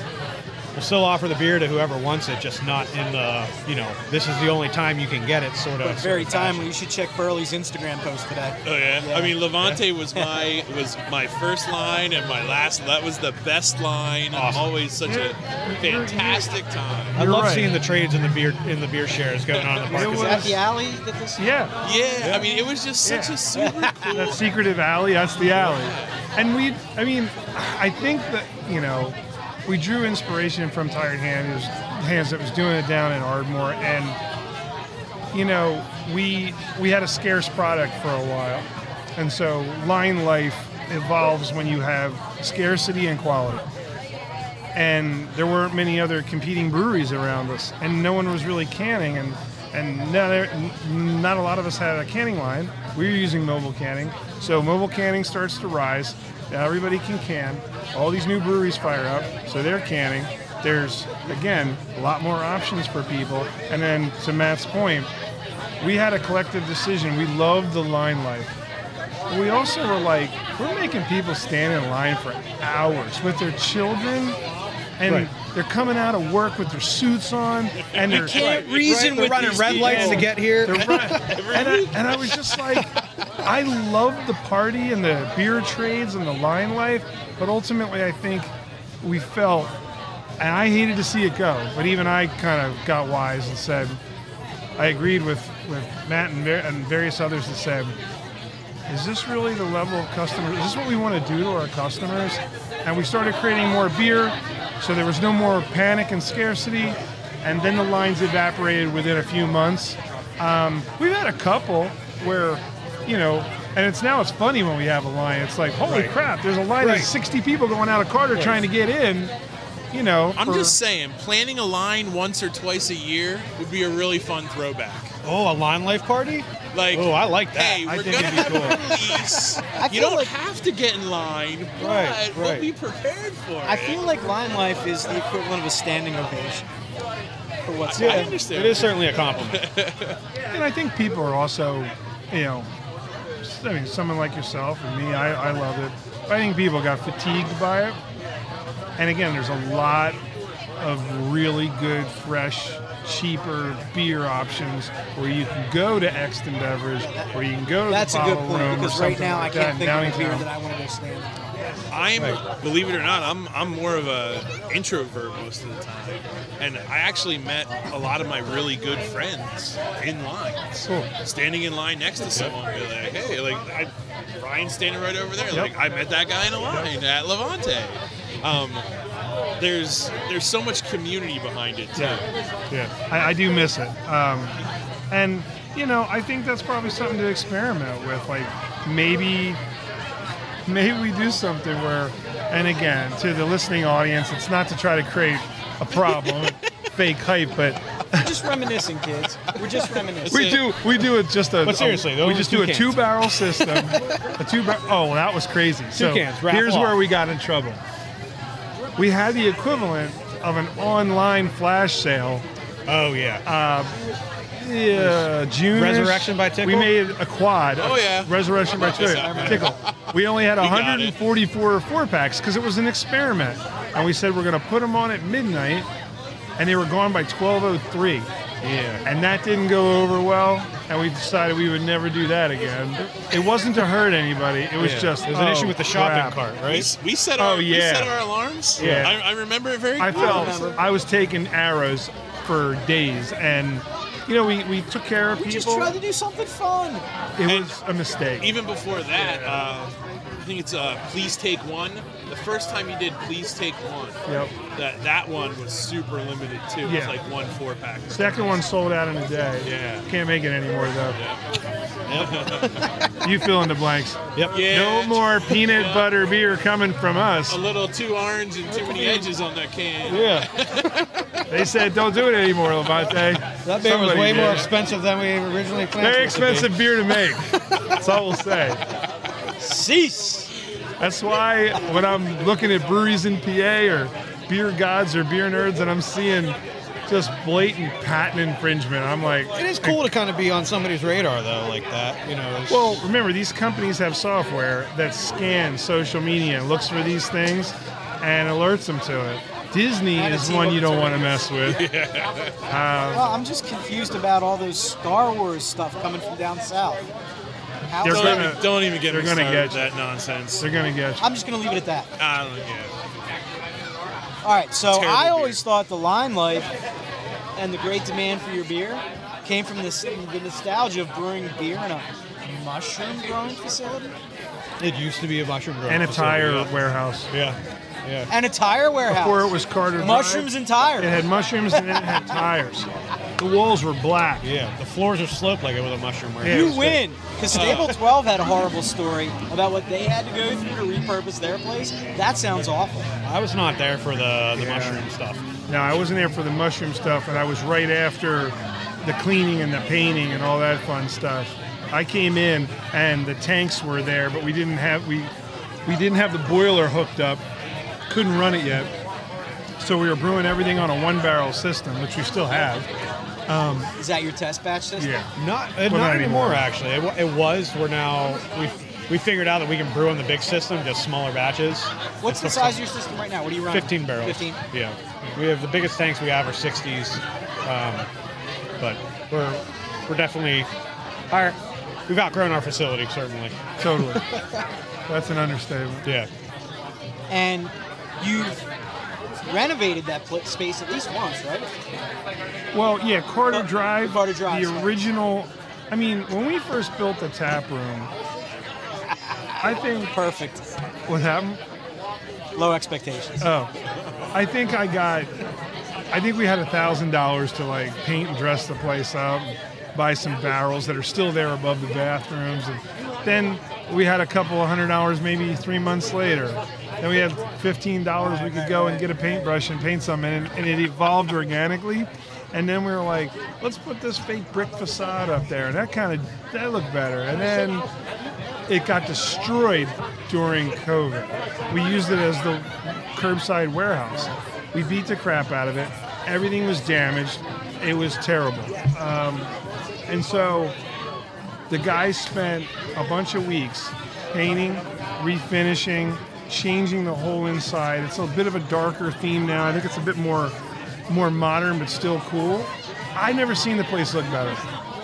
S4: we'll still offer the beer to whoever wants it, just not in the you know, this is the only time you can get it sort of.
S2: But very timely. You should check Burley's Instagram post today.
S1: Oh yeah.
S2: Yeah.
S1: I mean, Levante was my was my first line and my last. That was the best line.
S4: Awesome.
S1: Always such a fantastic time.
S4: I
S3: You're
S4: love
S3: right.
S4: seeing the trades in the beer in the beer shares going on in the
S3: It
S4: park.
S2: Is it at the alley that this?
S3: Yeah,
S1: Yeah, I mean, it was just such
S3: Yeah.
S1: a super cool.
S3: that secretive alley. That's the alley. And we, I mean, I think that you know, we drew inspiration from Tired Hand, who's hands that was doing it down in Ardmore, and you know, we we had a scarce product for a while, and so line life evolves when you have scarcity and quality. and there weren't many other competing breweries around us, and no one was really canning, and and not, n- not a lot of us had a canning line. We were using mobile canning, so mobile canning starts to rise. Now everybody can can. All these new breweries fire up, so they're canning. There's again a lot more options for people, and then to Matt's point, we had a collective decision. We loved the line life. But We also were like, we're making people stand in line for hours with their children, and
S4: Right.
S3: they're coming out of work with their suits on, and they're
S1: can't
S3: like,
S1: reason
S4: They're
S1: with
S4: running
S1: these
S4: red
S1: people.
S4: lights to get here.
S3: they're right. and, I, and I was just like, I love the party and the beer trades and the line life, but ultimately I think we felt, and I hated to see it go, but even I kind of got wise and said, I agreed with, with Matt and, var- and various others that said, is this really the level of customer? Is this what we want to do to our customers? And we started creating more beer, so there was no more panic and scarcity. And then the lines evaporated within a few months. Um, we've had a couple where, you know, and it's now it's funny when we have a line. It's like, holy
S4: Right.
S3: crap, there's a line
S4: Right.
S3: of 60 people going out of Carter trying to get in. You know,
S1: I'm
S3: for-
S1: just saying, planning a line once or twice a year would be a really fun throwback.
S4: Oh, a line life party?
S1: Like,
S4: Oh, I like that.
S1: Hey,
S4: I
S1: we're
S4: think
S1: gonna
S4: it'd
S1: have
S4: be
S1: a release. you
S2: feel
S1: don't
S2: like-
S1: have to get in line, but
S4: Right, right.
S1: we'll be prepared for
S2: I
S1: it.
S2: feel like Lime Life is the equivalent of a standing ovation for what's
S1: I
S2: happening.
S1: understand.
S4: It is certainly a compliment.
S3: And I think people are also, you know, I mean, someone like yourself and me, I, I love it. I think people got fatigued by it. And again, there's a lot of really good, fresh, cheaper beer options where you can go to Exton Beverage, where you can go to
S2: That's
S3: the
S2: a good
S3: bottle
S2: point
S3: room or
S2: because right
S3: something
S2: now
S3: like
S2: I can't
S3: that
S2: think
S3: in
S2: of a beer
S3: Downingtown.
S2: that I want to go stand. in.
S1: I'm believe it or not, I'm I'm more of a introvert most of the time, and I actually met a lot of my really good friends in lines,
S3: Cool.
S1: standing in line next to someone. Be like, hey, like I, Ryan's standing right over there. Like I met that guy in a line at Levante. Um, there's there's so much community behind it too.
S3: Yeah, I, I do miss it. Um, and you know, I think that's probably something to experiment with. Like maybe, maybe we do something where, and again, to the listening audience, it's not to try to create a problem, fake hype, but
S2: We're just reminiscing, kids. We're just reminiscing.
S3: we do we do it just a.
S4: But seriously, those
S3: we
S4: are
S3: just
S4: two
S3: do a
S4: cans.
S3: two barrel system. a two bar- Oh, well, that was crazy. so
S4: cans, raffle
S3: here's where
S4: off.
S3: we got in trouble. We had the equivalent of an online flash sale
S4: Oh yeah.
S3: Yeah, June.
S4: Resurrection by Tickle?
S3: uh, We made a quad.
S1: Oh, yeah.
S3: Resurrection by
S1: this
S3: Tickle. Tickle. We only had
S1: got it.
S3: 144 four packs because it was an experiment, and we said we're going to put them on at midnight, and they were gone by 12:03,
S4: yeah.
S3: and that didn't go over well, and we decided we would never do that again. It wasn't to hurt anybody. It was
S4: Yeah.
S3: just
S4: there's an
S3: oh,
S4: issue with the shopping
S3: crap.
S4: cart,
S1: We,
S4: right?
S1: s- we set
S3: Oh,
S1: our we
S3: yeah.
S1: set our alarms.
S3: Yeah.
S1: I, I remember it very.
S3: I
S1: clearly.
S3: felt I was taking arrows for days, and you know, we, we took care of
S2: We just
S3: people.
S2: tried to do something fun.
S3: It was a mistake.
S1: Even before that, uh, I think it's uh, Please Take One. The first time you did Please Take One,
S3: Yep.
S1: that, that one was super limited too. It was
S3: Yeah.
S1: like one four pack.
S3: Second one sold out in a day.
S1: Yeah.
S3: Can't make it anymore though. you fill in the blanks.
S4: Yep.
S1: Yeah.
S3: No more peanut butter beer coming from us.
S1: A little too orange and too many edges on that can.
S3: Yeah. they said don't do it anymore, Levante.
S4: That beer was
S3: Somebody
S4: way more
S3: did.
S4: expensive than we originally planned.
S3: Very
S4: it to be.
S3: expensive beer to make. That's all we'll say.
S2: Cease.
S3: That's why when I'm looking at breweries in PA or beer gods or beer nerds and I'm seeing just blatant patent infringement, I'm like,
S4: It is cool to kind of be on somebody's radar though, like that. You know. it's-
S3: Well, remember, these companies have software that scans social media and looks for these things and alerts them to it. Disney
S2: Not a
S3: is
S2: team
S3: one
S2: of
S3: you don't want to
S2: attorneys.
S3: mess with.
S2: Well, I'm just confused about all those Star Wars stuff coming from down south. How
S3: They're
S2: is
S1: Don't,
S2: that-
S1: even, don't even get
S3: They're
S1: me
S3: gonna
S1: started
S3: get
S1: with
S3: you.
S1: that nonsense.
S3: They're going to get you.
S2: I'm just going to leave it at that.
S1: I don't get it.
S2: All right, so
S1: Terrible
S2: I
S1: beer.
S2: always thought the limelight and the great demand for your beer came from this, the nostalgia of brewing beer in a mushroom growing facility
S4: it used to be a mushroom growing
S3: And a
S4: facility,
S3: tire
S4: yeah.
S3: warehouse.
S4: Yeah. Yeah.
S2: and a tire warehouse.
S3: Before it was Carter Drive,
S2: mushrooms and tires.
S3: It had mushrooms and then it had tires. The walls were black.
S4: Yeah. The floors are sloped like it was a mushroom warehouse.
S3: Yeah.
S2: You win. Because Stable 12 had a horrible story about what they had to go through to repurpose their place. That sounds awful.
S4: I was not there for the, the
S3: Yeah.
S4: mushroom stuff.
S3: No, I wasn't there for the mushroom stuff, and I was right after the cleaning and the painting and all that fun stuff. I came in, and the tanks were there, but we didn't have we we didn't have the boiler hooked up, couldn't run it yet. So we were brewing everything on a one barrel system, which we still have.
S2: Is that your test batch system?
S4: Not, uh,
S3: Well,
S4: not
S3: not
S4: anymore,
S3: anymore.
S4: actually. It, wa- it was. We're now we we figured out that we can brew in the big system, just smaller batches.
S2: What's the size of your system right now? What are you running?
S4: Fifteen barrels.
S2: 15.
S4: Yeah. We have the biggest tanks we have are sixties, um, but we're we're definitely higher. We've outgrown our facility, certainly.
S3: Totally. That's an understatement.
S4: Yeah.
S2: And you've renovated that pla space at least once, right?
S3: Well, yeah, Carter
S2: Car-
S3: Drive,
S2: Carter Drive,
S3: the
S2: sorry.
S3: original. I mean, when we first built the tap room, I think
S2: Perfect.
S3: what happened.
S2: Low expectations.
S3: Oh, I think I got. I think we had a thousand dollars to like paint and dress the place up, buy some barrels that are still there above the bathrooms, and then we had a couple of hundred dollars maybe three months later. Then we had fifteen dollars we could go and get a paintbrush and paint something, and, and it evolved organically. And then we were like, let's put this fake brick facade up there, and that kind of that looked better. And then it got destroyed during COVID. We used it as the curbside warehouse. We beat the crap out of it. Everything was damaged. It was terrible. Um, and so the guys spent a bunch of weeks painting, refinishing, changing the whole inside. It's a bit of a darker theme now. I think it's a bit more more modern but still cool. I never seen the place look better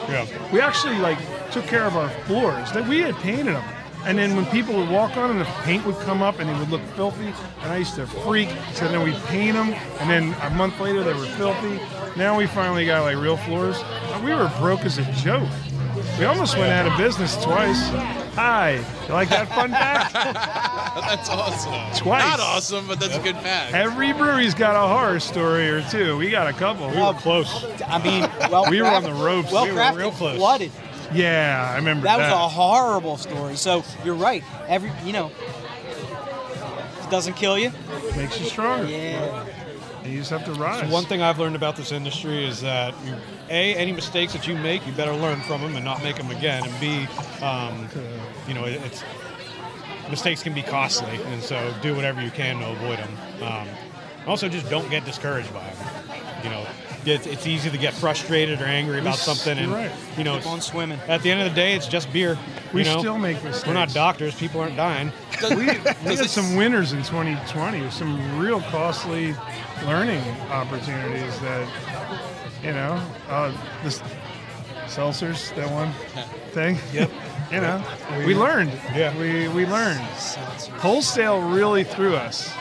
S4: Yeah.
S3: we actually like took care of our floors that we had painted them and then when people would walk on them the paint would come up and they would look filthy and i used to freak so then we paint them and then a month later they were filthy now we finally got like real floors And we were broke as a joke we almost went out of business twice hi you like that fun fact
S1: That's awesome.
S3: Twice.
S1: Not awesome, but that's a good fact.
S3: every brewery's got a horror story or two we got a couple
S4: We were close.
S2: I mean, well,
S3: We were on the ropes.
S2: Well,
S4: We were
S2: crafted,
S4: real close.
S2: flooded.
S3: yeah i remember
S2: That
S3: that,
S2: was a horrible story. So you're right. Every you know, if it doesn't kill you.
S3: makes you stronger
S2: Yeah.
S3: you just have to rise
S4: One thing I've learned about this industry is that you, a any mistakes that you make, you better learn from them and not make them again. And b, um, you know, it, it's mistakes can be costly, and so do whatever you can to avoid them. Um, also, just don't get discouraged by them. You know, it's, it's easy to get frustrated or angry about
S3: Yes,
S4: something, and
S3: you're right.
S4: you know,
S2: Keep on swimming.
S4: at the end of the day, it's just beer.
S3: we
S4: you know?
S3: still make mistakes
S4: We're not doctors. People aren't dying.
S1: Does-
S3: we, we
S1: does
S3: had
S1: it-
S3: some winners in 2020, some real costly learning opportunities that, you know, uh, this seltzers, that one thing. Yep. you know, we, learned.
S4: Yeah.
S3: We, we learned.
S2: Seltzer.
S3: Wholesale really threw us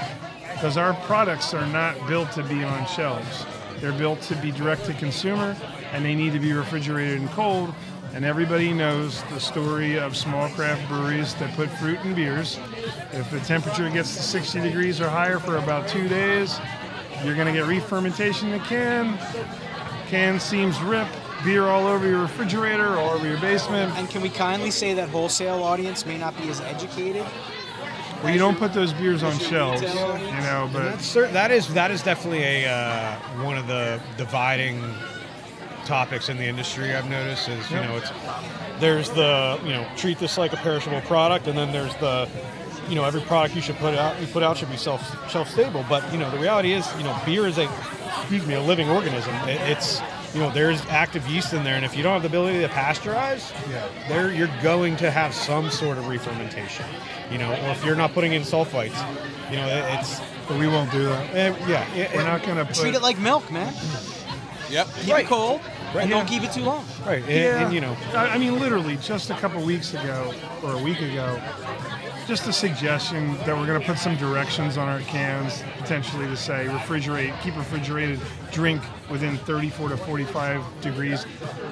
S3: because our products are not built to be on shelves. They're built to be direct to consumer, and they need to be refrigerated and cold. And everybody knows the story of small craft breweries that put fruit in beers. If the temperature gets to 60 degrees or higher for about two days, you're going to get re-fermentation in the can. Can seams rip. Beer all over your refrigerator, all over your basement.
S2: And can we kindly say that wholesale audience may not be as educated?
S3: Well, you don't put those beers on
S2: Is your
S3: shelves, you
S2: retail audience?
S3: know.
S4: And
S3: But
S4: that's cer- that is that is definitely a uh, one of the dividing topics in the industry. I've noticed is you
S3: Yeah.
S4: know it's there's the you know treat this like a perishable product, and then there's the you know every product you should put out you put out should be self shelf stable. But you know the reality is you know beer is a excuse me a living organism. It, it's you know there's active yeast in there, and if you don't have the ability to pasteurize,
S3: Yeah.
S4: there you're going to have some sort of re-fermentation. You know, or if you're not putting in sulfites, you know it, it's
S3: but we won't do that.
S4: Eh, yeah, eh,
S3: We're
S4: eh,
S3: not going to put.
S2: Treat it like milk, man.
S1: Yep.
S2: Keep
S4: Right.
S2: it cold, and
S4: Yeah.
S2: don't keep it too long.
S4: right. eh,
S3: Yeah.
S4: And you know,
S3: I, I mean, literally, just a couple weeks ago or a week ago, just a suggestion that we're going to put some directions on our cans, potentially to say refrigerate, keep refrigerated, drink within 34 to 45 degrees.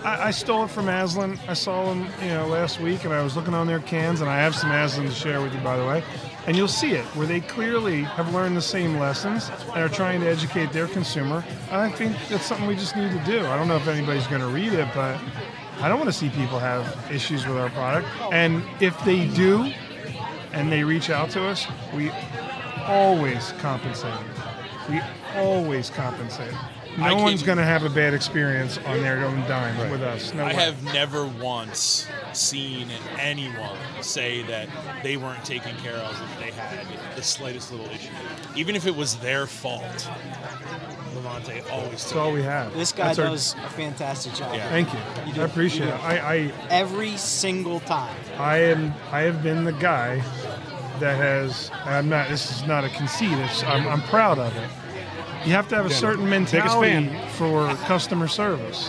S3: I, I stole it from Aslan. I saw him, you know, last week, and I was looking on their cans, and I have some Aslan to share with you, by the way. And you'll see it where they clearly have learned the same lessons and are trying to educate their consumer. And I think that's something we just need to do. I don't know if anybody's going to read it, but I don't want to see people have issues with our product. And if they do, and they reach out to us, we always compensate. We always compensate.
S1: I
S3: No
S1: kid
S3: one's
S1: you.
S3: going to have a bad experience on their own dime with us. No
S1: I
S3: way.
S1: have never once seen anyone say that they weren't taken care of if they had the slightest little issue, even if it was their fault. Levante always
S3: That's
S1: took
S3: all
S1: it.
S3: we have.
S2: This guy
S3: That's our-
S2: does a fantastic job.
S1: Yeah.
S3: Thank you.
S2: You do.
S3: I appreciate
S2: You do.
S3: it. I, I
S2: Every single time.
S3: I am. I have been the guy that has. I'm not. This is not a conceit. It's, I'm, I'm proud of it. You have to have a certain mentality for customer service.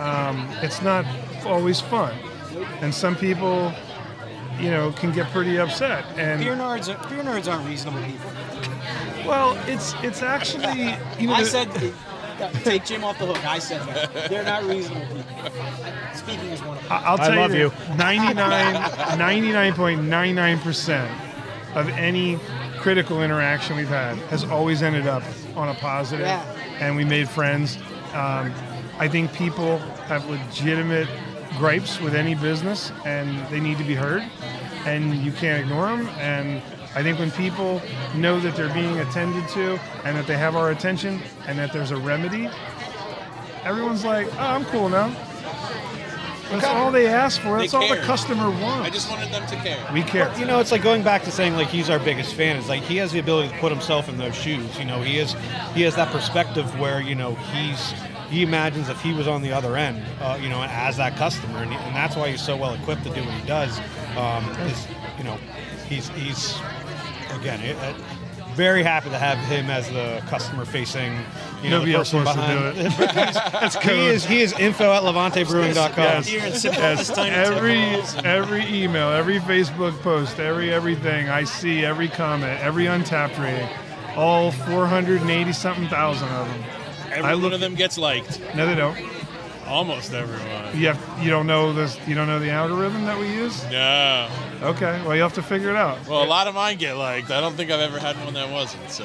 S3: Um, it's not always fun, and some people, you know, can get pretty upset. And
S2: Beer nerds, are, beer nerds aren't reasonable people.
S3: well, it's it's actually. You know,
S2: I said, take Jim off the hook. I said that. They're not reasonable people. Speaking as one of them.
S3: I- I'll
S4: I
S3: tell
S4: love
S3: you,
S4: you.
S3: that 99, 99.99% of any critical interaction we've had has always ended up on a positive,
S2: Yeah.
S3: and we made friends. Um, I think people have legitimate gripes with any business, and they need to be heard, and you can't ignore them. And I think when people know that they're being attended to, and that they have our attention, and that there's a remedy, everyone's like, "Oh, I'm cool now." That's all they ask for. That's all the
S1: care.
S3: customer wants.
S1: I just wanted them to care.
S3: we care.
S4: you know, it's like going back to saying like he's our biggest fan. It's like he has the ability to put himself in those shoes. You know, he is he has that perspective where you know he's he imagines if he was on the other end, uh, you know, as that customer, and, and that's why he's so well equipped to do what he does. Um, is you know, he's he's again. It, uh, very happy to have him as the customer facing, you know,
S3: Nobody
S4: the
S3: else
S4: person
S3: wants to
S4: behind.
S3: do
S4: it. That's he is he is info at levantebrewing.com.
S3: Yes. Yes. Every every email, every Facebook post, every everything I see, every comment, every untapped rating, all 480 something thousand of them.
S1: Every
S3: I
S1: one
S3: look-
S1: of them gets liked.
S3: No, they don't.
S1: Almost everyone.
S3: You have, you don't know this. You don't know the algorithm that we use.
S1: No.
S3: Okay, well you have to figure it out.
S1: Well, a lot of mine get liked. I don't think I've ever had one that wasn't. So.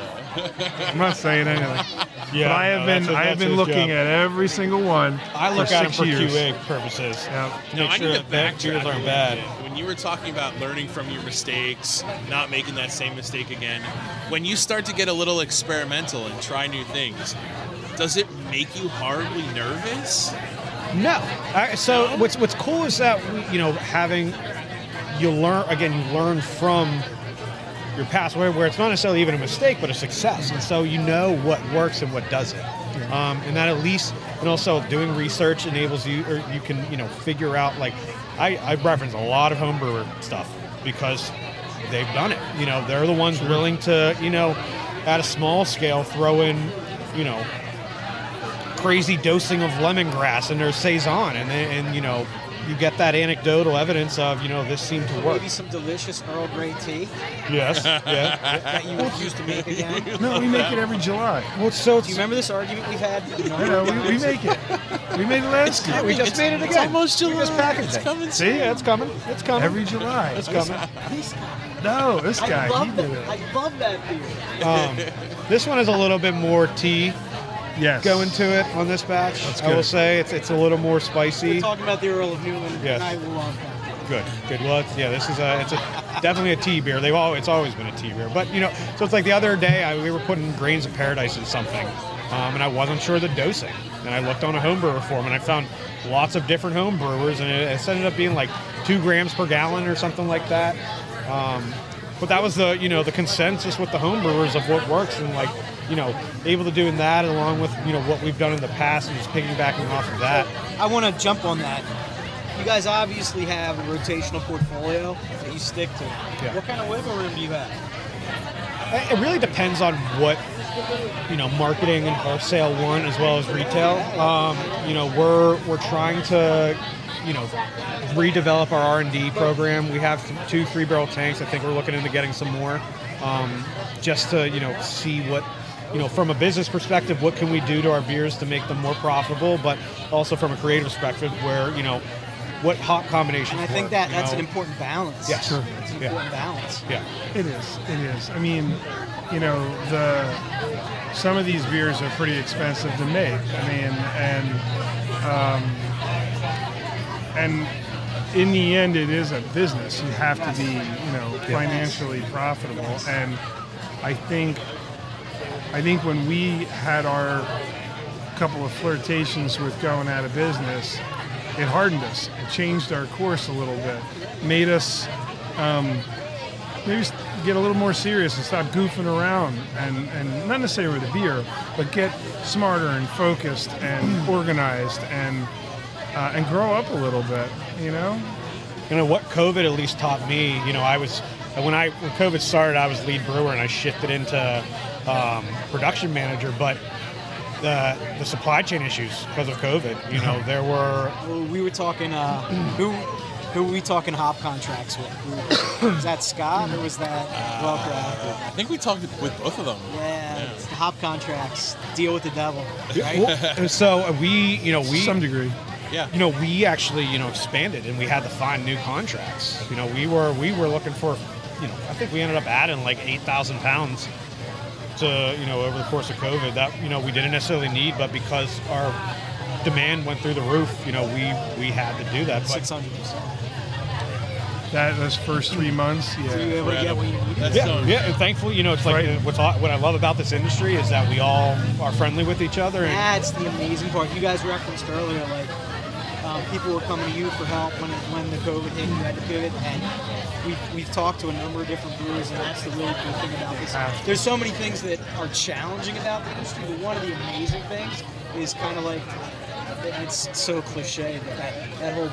S3: I'm not saying anything.
S4: Yeah,
S3: but I
S4: no,
S3: have
S4: that's
S3: been
S4: his-
S3: I have
S4: that's
S3: been
S4: his
S3: looking
S4: job.
S3: at every single one.
S4: I look
S3: for
S4: at him
S3: six
S4: for
S3: years.
S4: QA purposes.
S3: Yeah.
S1: No,
S4: Make
S1: I
S4: sure
S1: need to
S4: that
S1: backtrack.
S4: beers aren't bad.
S1: When you were talking about learning from your mistakes, not making that same mistake again, when you start to get a little experimental and try new things, does it make you horribly nervous?
S4: No. I, so what's what's cool is that you know having you learn again you learn from your past where, where it's not necessarily even a mistake but a success and so you know what works and what doesn't um, and that at least and also doing research enables you or you can you know figure out like I, I reference a lot of homebrewer stuff because they've done it you know they're the ones willing to you know at a small scale throw in you know crazy dosing of lemongrass in their saison, and they, and you know you get that anecdotal evidence of you know this seemed to work.
S2: Maybe some delicious Earl Grey tea
S4: Yes. Yeah.
S2: that you refuse to make again. Do
S3: No, we make it every July.
S4: Well, it's so
S2: you remember this argument we've had?
S3: You know, we, we make it. We made it last year.
S4: we just made it again. It's almost July. This package thing.
S1: coming
S3: See,
S4: Yeah, it's coming. It's coming.
S3: every July.
S4: it's coming.
S2: This guy.
S3: No, this
S2: I
S3: guy, he
S2: love that.
S3: did it.
S2: I love that beer.
S4: Um, this one is a little bit more tea
S3: Yes.
S4: going to it on this batch. I will
S3: good.
S4: say it's it's a little more
S2: We're
S4: spicy.
S2: talking about the Earl of Newland,
S4: Yes.
S2: and I love that.
S4: Good, good. Well, it's, yeah, this is a it's a definitely a tea beer. They've all it's always been a tea beer, but you know, so it's like the other day I, we were putting grains of paradise in something, um, and I wasn't sure the dosing, and I looked on a homebrewer form, and I found lots of different home brewers, and it, it ended up being like two grams per gallon or something like that. Um, but that was the you know the consensus with the homebrewers of what works and like you know able to do in that along with you know what we've done in the past and just piggybacking off of that.
S2: I want to jump on that. You guys obviously have a rotational portfolio that you stick to. What kind of wiggle room do you have?
S4: It it really depends on what you know marketing and wholesale want as well as retail. Um, you know, we're we're trying to you know redevelop our R and D program. We have th- two three barrel tanks. I think we're looking into getting some more, um, just to you know see what you know from a business perspective what can we do to our beers to make them more profitable, but also from a creative perspective where you know what hop combinations.
S2: And I
S4: work,
S2: think that
S4: you
S2: that's an
S4: know?
S2: important balance.
S4: Yes. Sure.
S2: It's an
S4: Yeah.
S2: important balance.
S4: yeah.
S3: It is. It is. I mean, you know, the some of these beers are pretty expensive to make. I mean, and um, and in the end, it is a business. You have to be, you know, financially profitable. And I think, I think when we had our couple of flirtations with going out of business, it hardened us. It changed our course a little bit. Made us maybe s- get a little more serious and stop goofing around and, and not necessarily with the beer, but get smarter and focused and
S2: Mm.
S3: organized and uh, and grow up a little bit, you know?
S4: you know what covid at least taught me you know i was when i when covid started i was lead brewer and i shifted into um, production manager but the, the supply chain issues because of covid you know there were
S2: Well, we were talking. Uh, who who were we talking hop contracts with? Who- was that Scott or was that
S4: Uh,
S2: Welker?
S1: I think we talked with both of them.
S2: Yeah, it's the hop contracts. Deal with the devil.
S4: well, so we you know
S3: To
S4: we
S3: some degree.
S1: Yeah.
S4: you know we actually you know expanded and we had to find new contracts you know we were we were looking for you know i think we ended up adding like 8000 pounds to you know over the course of covid that you know we didn't necessarily need but because our demand went through the roof you know we we had to do that
S2: Six
S4: but
S2: hundred percent.
S3: That those first three months,
S2: Were you
S3: yeah.
S2: able to get what you needed?
S1: That's
S4: yeah,
S1: so-
S4: yeah, and thankfully, you know, it's like
S3: Right.
S4: uh, what's aw- what I love about this industry is that we all are friendly with each other, and
S2: That's the amazing part. You guys referenced earlier, like um, people were coming to you for help when when the COVID hit. You had to pivot, and we've, we've talked to a number of different brewers, and that's the really cool thing about this. There's so many things that are challenging about the industry, but one of the amazing things is kind of like it's so cliche, but that that whole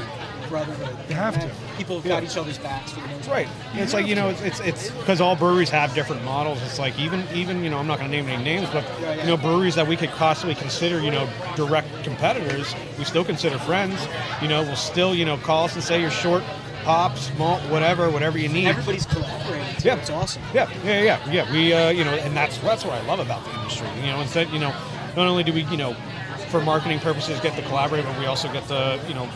S2: brotherhood.
S3: You have to.
S2: People have got each other's backs for the most part.
S4: Right. It's like you know, it's it's it's because all breweries have different models. It's like even even you know, I'm not going to name any names, but
S2: Yeah, yeah.
S4: you know, breweries that we could possibly consider you know direct competitors, we still consider friends. You know, we'll still you know call us and say you're short hops, malt, whatever, whatever you need.
S2: And everybody's collaborating. Too.
S4: Yeah.
S2: It's awesome.
S4: Yeah, yeah, yeah, yeah. We, uh, you know, and that's that's what I love about the industry. You know, instead, you know, not only do we, you know, for marketing purposes, get to collaborate, but we also get to, you know,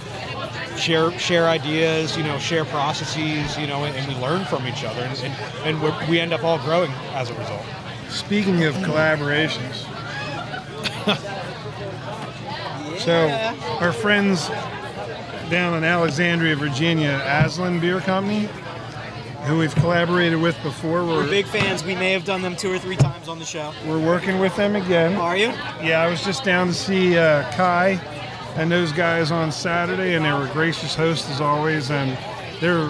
S4: share share ideas, you know, share processes, you know, and, and we learn from each other, and and, and we're, we end up all growing as a result.
S3: Speaking of collaborations, so
S2: Yeah.
S3: our friends down in Alexandria, Virginia, Aslan Beer Company, who we've collaborated with before,
S2: We're
S3: we're,
S2: big fans. We may have done them two or three times on the show.
S3: we're working with them again.
S2: Are you?
S3: Yeah, I was just down to see uh, Kai and those guys on Saturday, and they were gracious hosts as always. And their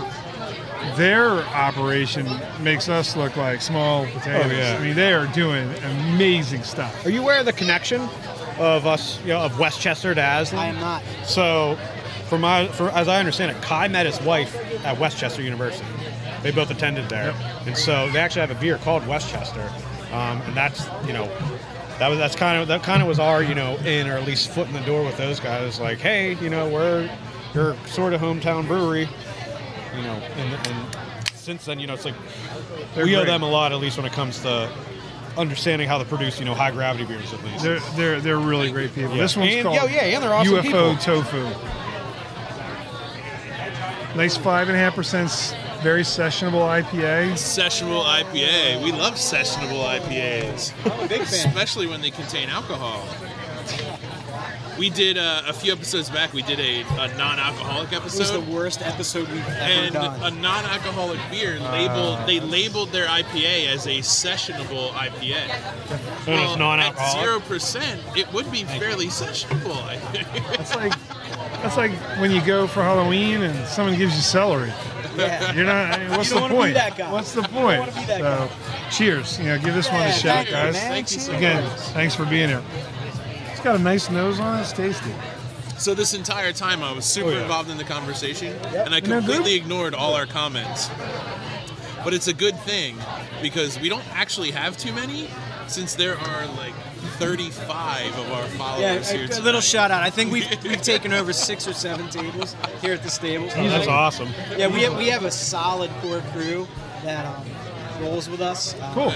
S3: their operation makes us look like small potatoes.
S4: Oh, yeah.
S3: I mean, they are doing amazing stuff.
S4: Are you aware of the connection of us, you know, of Westchester to Aslan?
S2: I am not.
S4: So, for my, for, as I understand it, Kai met his wife at Westchester University. They both attended there, and so they actually have a beer called Westchester, um, and that's you know, that was that's kind of that kind of was our you know in or at least foot in the door with those guys. Like, hey, you know, we're your sort of hometown brewery. You know, and, and since then, you know, it's like
S3: They're
S4: we owe
S3: great.
S4: them a lot, at least when it comes to understanding how to produce, you know, high gravity beers, at least.
S3: They're they're they're really great people.
S4: Yeah.
S3: This one's
S4: And-
S3: called
S4: yeah, yeah, and they're awesome
S3: UFO
S4: people.
S3: Tofu. Nice five and a half percent, very sessionable IPA.
S1: Sessionable IPA. We love sessionable IPAs,
S2: I'm a big fan.
S1: especially when they contain alcohol. We did uh, a few episodes back. We did a, a non-alcoholic
S2: It was the
S1: episode
S2: worst episode we've ever
S1: and
S2: done. Uh,
S1: a non-alcoholic beer labeled. they labeled their IPA as a sessionable IPA.
S4: And it's
S1: at
S4: non-alcoholic.
S1: zero percent, it would be fairly sessionable. I think.
S3: That's like that's like when you go for Halloween and someone gives you celery.
S2: yeah.
S3: You're not. I mean, what's
S2: You don't
S3: the
S2: wanna be
S3: point?
S2: that guy.
S3: What's the
S2: You don't
S3: point?
S2: wanna be that
S3: so, cheers. You know, give this one a
S2: Yeah,
S3: shot,
S2: thank you,
S3: guys.
S2: man.
S1: Thank you so
S3: Again,
S1: much.
S3: thanks for being here. It's got a nice nose on it. It's tasty.
S1: So this entire time, I was super
S2: Oh,
S4: yeah.
S1: involved in the conversation, and I
S3: Isn't that good?
S1: completely ignored all our comments. But it's a good thing because we don't actually have too many, since there are like 35 of our
S2: Yeah,
S1: followers here.
S2: a, a
S1: tonight.
S2: little shout out. I think we've, we've taken over six or seven tables here at the stables.
S4: Oh, that's awesome.
S2: Yeah, we have, we have a solid core crew that um, rolls with us. Um,
S3: Cool.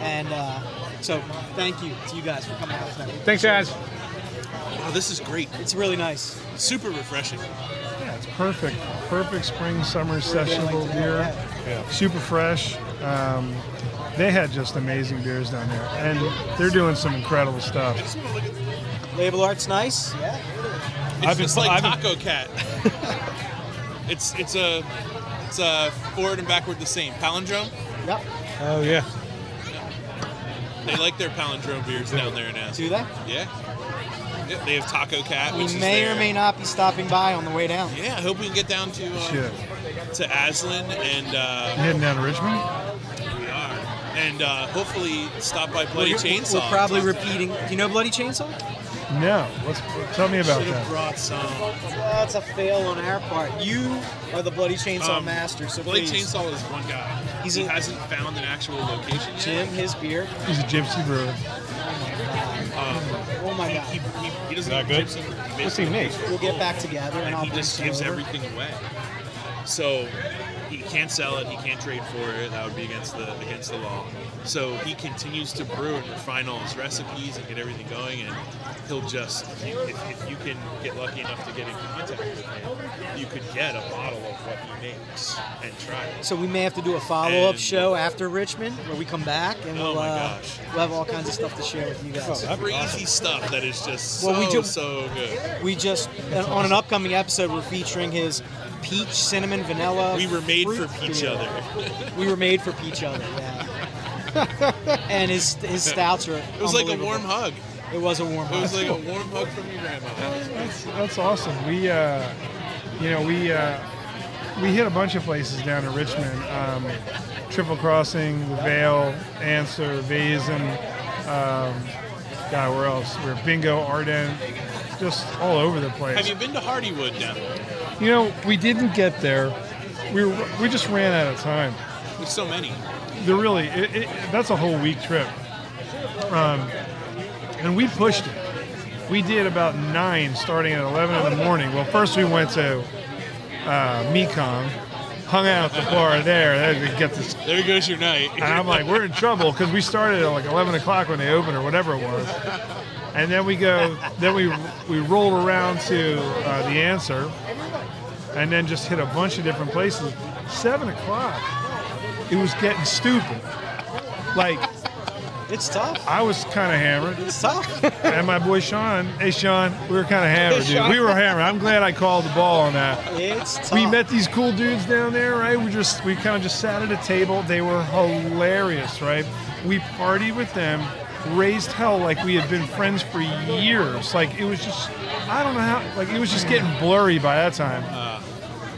S2: And uh, so thank you to you guys for coming out tonight.
S4: Thanks, guys.
S1: Wow, this is great.
S2: It's really nice.
S1: Super refreshing.
S3: Yeah, it's perfect. Perfect spring summer
S2: We're gonna like
S3: sessionable
S2: to
S3: beer.
S2: have that.
S3: super fresh. Um, they had just amazing beers down there, and they're doing some incredible stuff.
S2: Label art's nice. Yeah.
S1: It's
S4: I've been-
S1: just like
S4: I've
S1: Taco
S4: been-
S1: Cat. it's it's a it's a forward and backward the same palindrome.
S2: Yep.
S4: Oh yeah.
S1: They like their palindrome beers down there in Aspen.
S2: Do that.
S1: Yeah. yeah. They have Taco Cat.
S2: We
S1: which is
S2: may
S1: their-
S2: or may not be stopping by on the way down.
S1: Yeah, I hope we can get down to
S3: Shit,
S1: uh, to Aslan and uh,
S3: You heading down to Richmond?
S1: we are, and uh, hopefully stop by
S2: We're,
S1: Bloody Chainsaw.
S2: we're probably repeating. Do you know Bloody Chainsaw?
S3: No. What's, tell me about
S1: Should have
S3: that.
S1: brought some.
S2: That's a fail on our part. You are the Bloody Chainsaw
S1: Um,
S2: master, so
S1: Bloody
S2: please.
S1: Chainsaw is one guy.
S2: He's
S1: he
S2: a-
S1: hasn't found an actual location
S2: Jim, his beer.
S3: He's a gypsy brewer.
S1: yet. Um,
S2: Oh my
S1: he,
S2: God.
S1: he, he, he doesn't
S4: That
S1: even
S4: good?
S1: give some-
S4: What's he make?
S2: We'll get back together, and,
S1: and
S2: I'll
S1: he
S2: bring
S1: just
S2: some
S1: gives
S2: over.
S1: everything away. So he can't sell it. He can't trade for it. That would be against the against the law. So he continues to brew and refine all his recipes and get everything going. And he'll just if, if you can get lucky enough to get in contact with him, you could get a bottle of what he makes and try it.
S2: So we may have to do a follow-up
S1: And-
S2: show after Richmond, where we come back and
S1: Oh
S2: we'll,
S1: my
S2: uh,
S1: gosh. Oh.
S2: we'll have all kinds of stuff to share with you guys.
S4: That'd be
S1: Crazy
S4: awesome.
S1: stuff that is just so
S2: Well, we do-
S1: so good.
S2: We just on an upcoming episode we're featuring his peach, cinnamon, vanilla.
S1: We were made for
S2: fruit
S1: each
S2: beer.
S1: other.
S2: We were made for peach other. Yeah. and his his stouts are.
S1: It was like a warm hug.
S2: It was a warm
S1: It
S2: hug.
S1: was like a warm hug from your grandma.
S3: That's, that's awesome. We, uh, you know, we uh, we hit a bunch of places down in Richmond. Um, Triple Crossing, the Vale, Answer, Vaism. Um, God, where else? We're Bingo, Arden, just all over the place.
S1: Have you been to Hardywood now?
S3: You know, we didn't get there. We were, we just ran out of time.
S1: There's so many.
S3: There really, it, it, that's a whole week trip. Um, and we pushed it. We did about nine, starting at eleven in the morning. Well, first we went to uh, Mekong, hung out at the bar there. That we get this,
S1: There goes your night.
S3: and I'm like, we're in trouble because we started at like eleven o'clock when they opened or whatever it was. And then we go, then we we rolled around to uh, the answer, and then just hit a bunch of different places. Seven o'clock, it was getting stupid. Like
S2: It's tough.
S3: I was kind of hammered,
S2: It's tough.
S3: and my boy Sean, hey Sean, we were kind of hammered, dude. We were hammered. I'm glad I called the ball on that.
S2: It's tough.
S3: We met these cool dudes down there, right? We just we kind of just sat at a table. They were hilarious, right? We partied with them, raised hell like we had been friends for years. Like it was just I don't know how like it was just getting blurry by that time.
S1: Uh.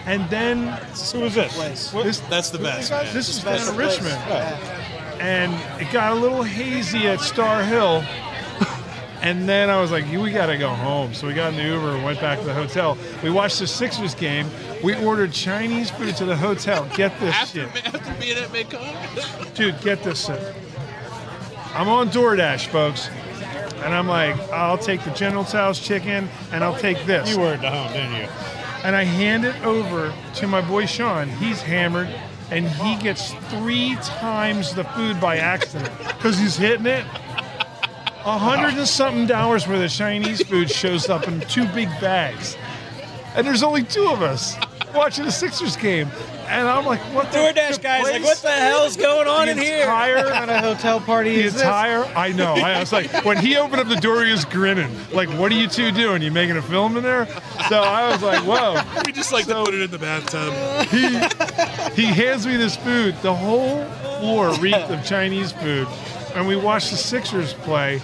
S3: and then
S4: Who
S2: Place.
S4: is this? What-
S3: this
S1: That's the best. man.
S3: this was down
S2: Best
S3: in
S2: place.
S3: Richmond
S2: Yeah.
S3: and it got a little hazy at Star Hill. And then I was like, we got to go home. So we got in the Uber and went back to the hotel. We watched the Sixers game. We ordered Chinese food to the hotel. Get this
S1: after,
S3: shit.
S1: after being at Mekong,
S3: Dude, get this shit. I'm on DoorDash, folks. And I'm like, I'll take the General's House chicken and I'll take this.
S4: You were at home, didn't you?
S3: And I hand it over to my boy Sean. He's hammered and he gets three times the food by accident because he's hitting it. A hundred and something dollars worth of Chinese food shows up in two big bags. And there's only two of us watching the Sixers game. And I'm like, what the
S6: DoorDash
S3: the
S6: guys, like,
S3: place-
S6: what the hell's going on in
S3: the
S6: here?
S3: entire
S4: At a hotel party.
S3: the
S4: is this?
S3: entire I know. I was like, when he opened up the door, he was grinning. Like, what are you two doing? You making a film in there? So I was like, whoa.
S1: We just like to put it in the bathtub.
S3: He he hands me this food. The whole floor reeked of Chinese food. And we watched the Sixers play.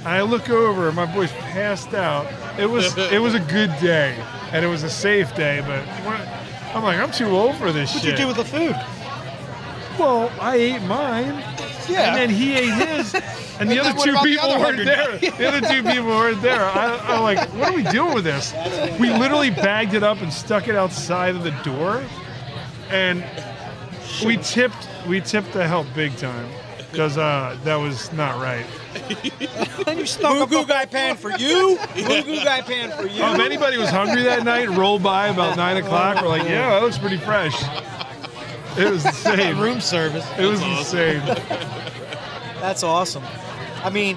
S3: And I look over, my boy's passed out. It was it was a good day. And it was a safe day, but when- I'm like, I'm too old for this
S4: What'd
S3: shit.
S4: you do with the food?
S3: Well, I ate mine.
S4: Yeah.
S3: And then he ate his. And the
S4: And then
S3: other
S4: what
S3: two
S4: about the
S3: people
S4: other
S3: weren't
S4: hundred?
S3: there. The other two people weren't there. I, I'm like, what are we doing with this? We literally bagged it up and stuck it outside of the door. And we tipped we tipped the help big time. Because uh, that was not right.
S2: Then you snuck up
S6: Goo
S2: a-
S6: Goo Guy Pan for you. Goo Goo Guy Pan for you.
S3: Oh, if anybody was hungry that night, roll by about nine o'clock. We're like, yeah, that looks pretty fresh. It was insane.
S4: Room service.
S3: It was insane.
S2: That's awesome. I mean,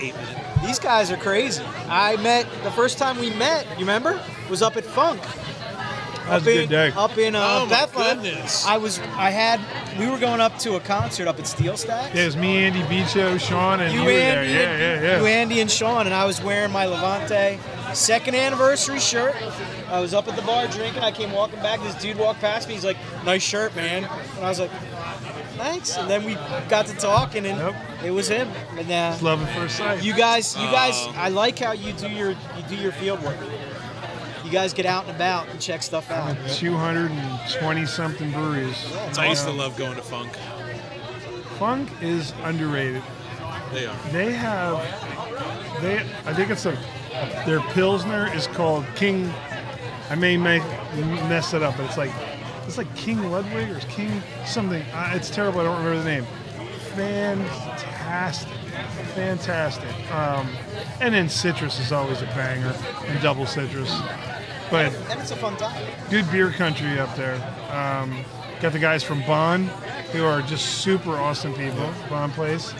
S2: these guys are crazy. I met the first time we met. You remember? Was up at Funk.
S3: That
S2: up
S3: was a good
S2: in,
S3: day.
S2: Up in uh,
S1: Oh, my
S2: Bethlehem.
S1: goodness.
S2: I was. I had. We were going up to a concert up at Steel Stacks.
S3: Yeah, it was me, Andy Bicho, Sean, and you,
S2: you,
S3: were there.
S2: Andy,
S3: Yeah, yeah, yeah.
S2: you Andy and Sean, and I was wearing my Levante second anniversary shirt. I was up at the bar drinking. I came walking back. This dude walked past me. He's like, "Nice shirt, man," and I was like, "Thanks." And then we got to talking, and
S3: Yep.
S2: it was him. And uh,
S3: It's love at first sight.
S2: you guys, you guys,
S3: Um,
S2: I like how you do your you do your field work. You guys get out and about and check stuff out.
S3: 220 something breweries.
S1: I used to love going to funk.
S3: Funk is underrated.
S1: They are.
S3: They have, they. I think it's a, their pilsner is called King. I may make, mess it up, but it's like, it's like King Ludwig or King something. Uh, it's terrible. I don't remember the name. Fantastic, fantastic. Um, and then citrus is always a banger, and double citrus. But
S2: And it's a fun time.
S3: good beer country up there. Um, got the guys from Bon, who are just super awesome people. Bon Place,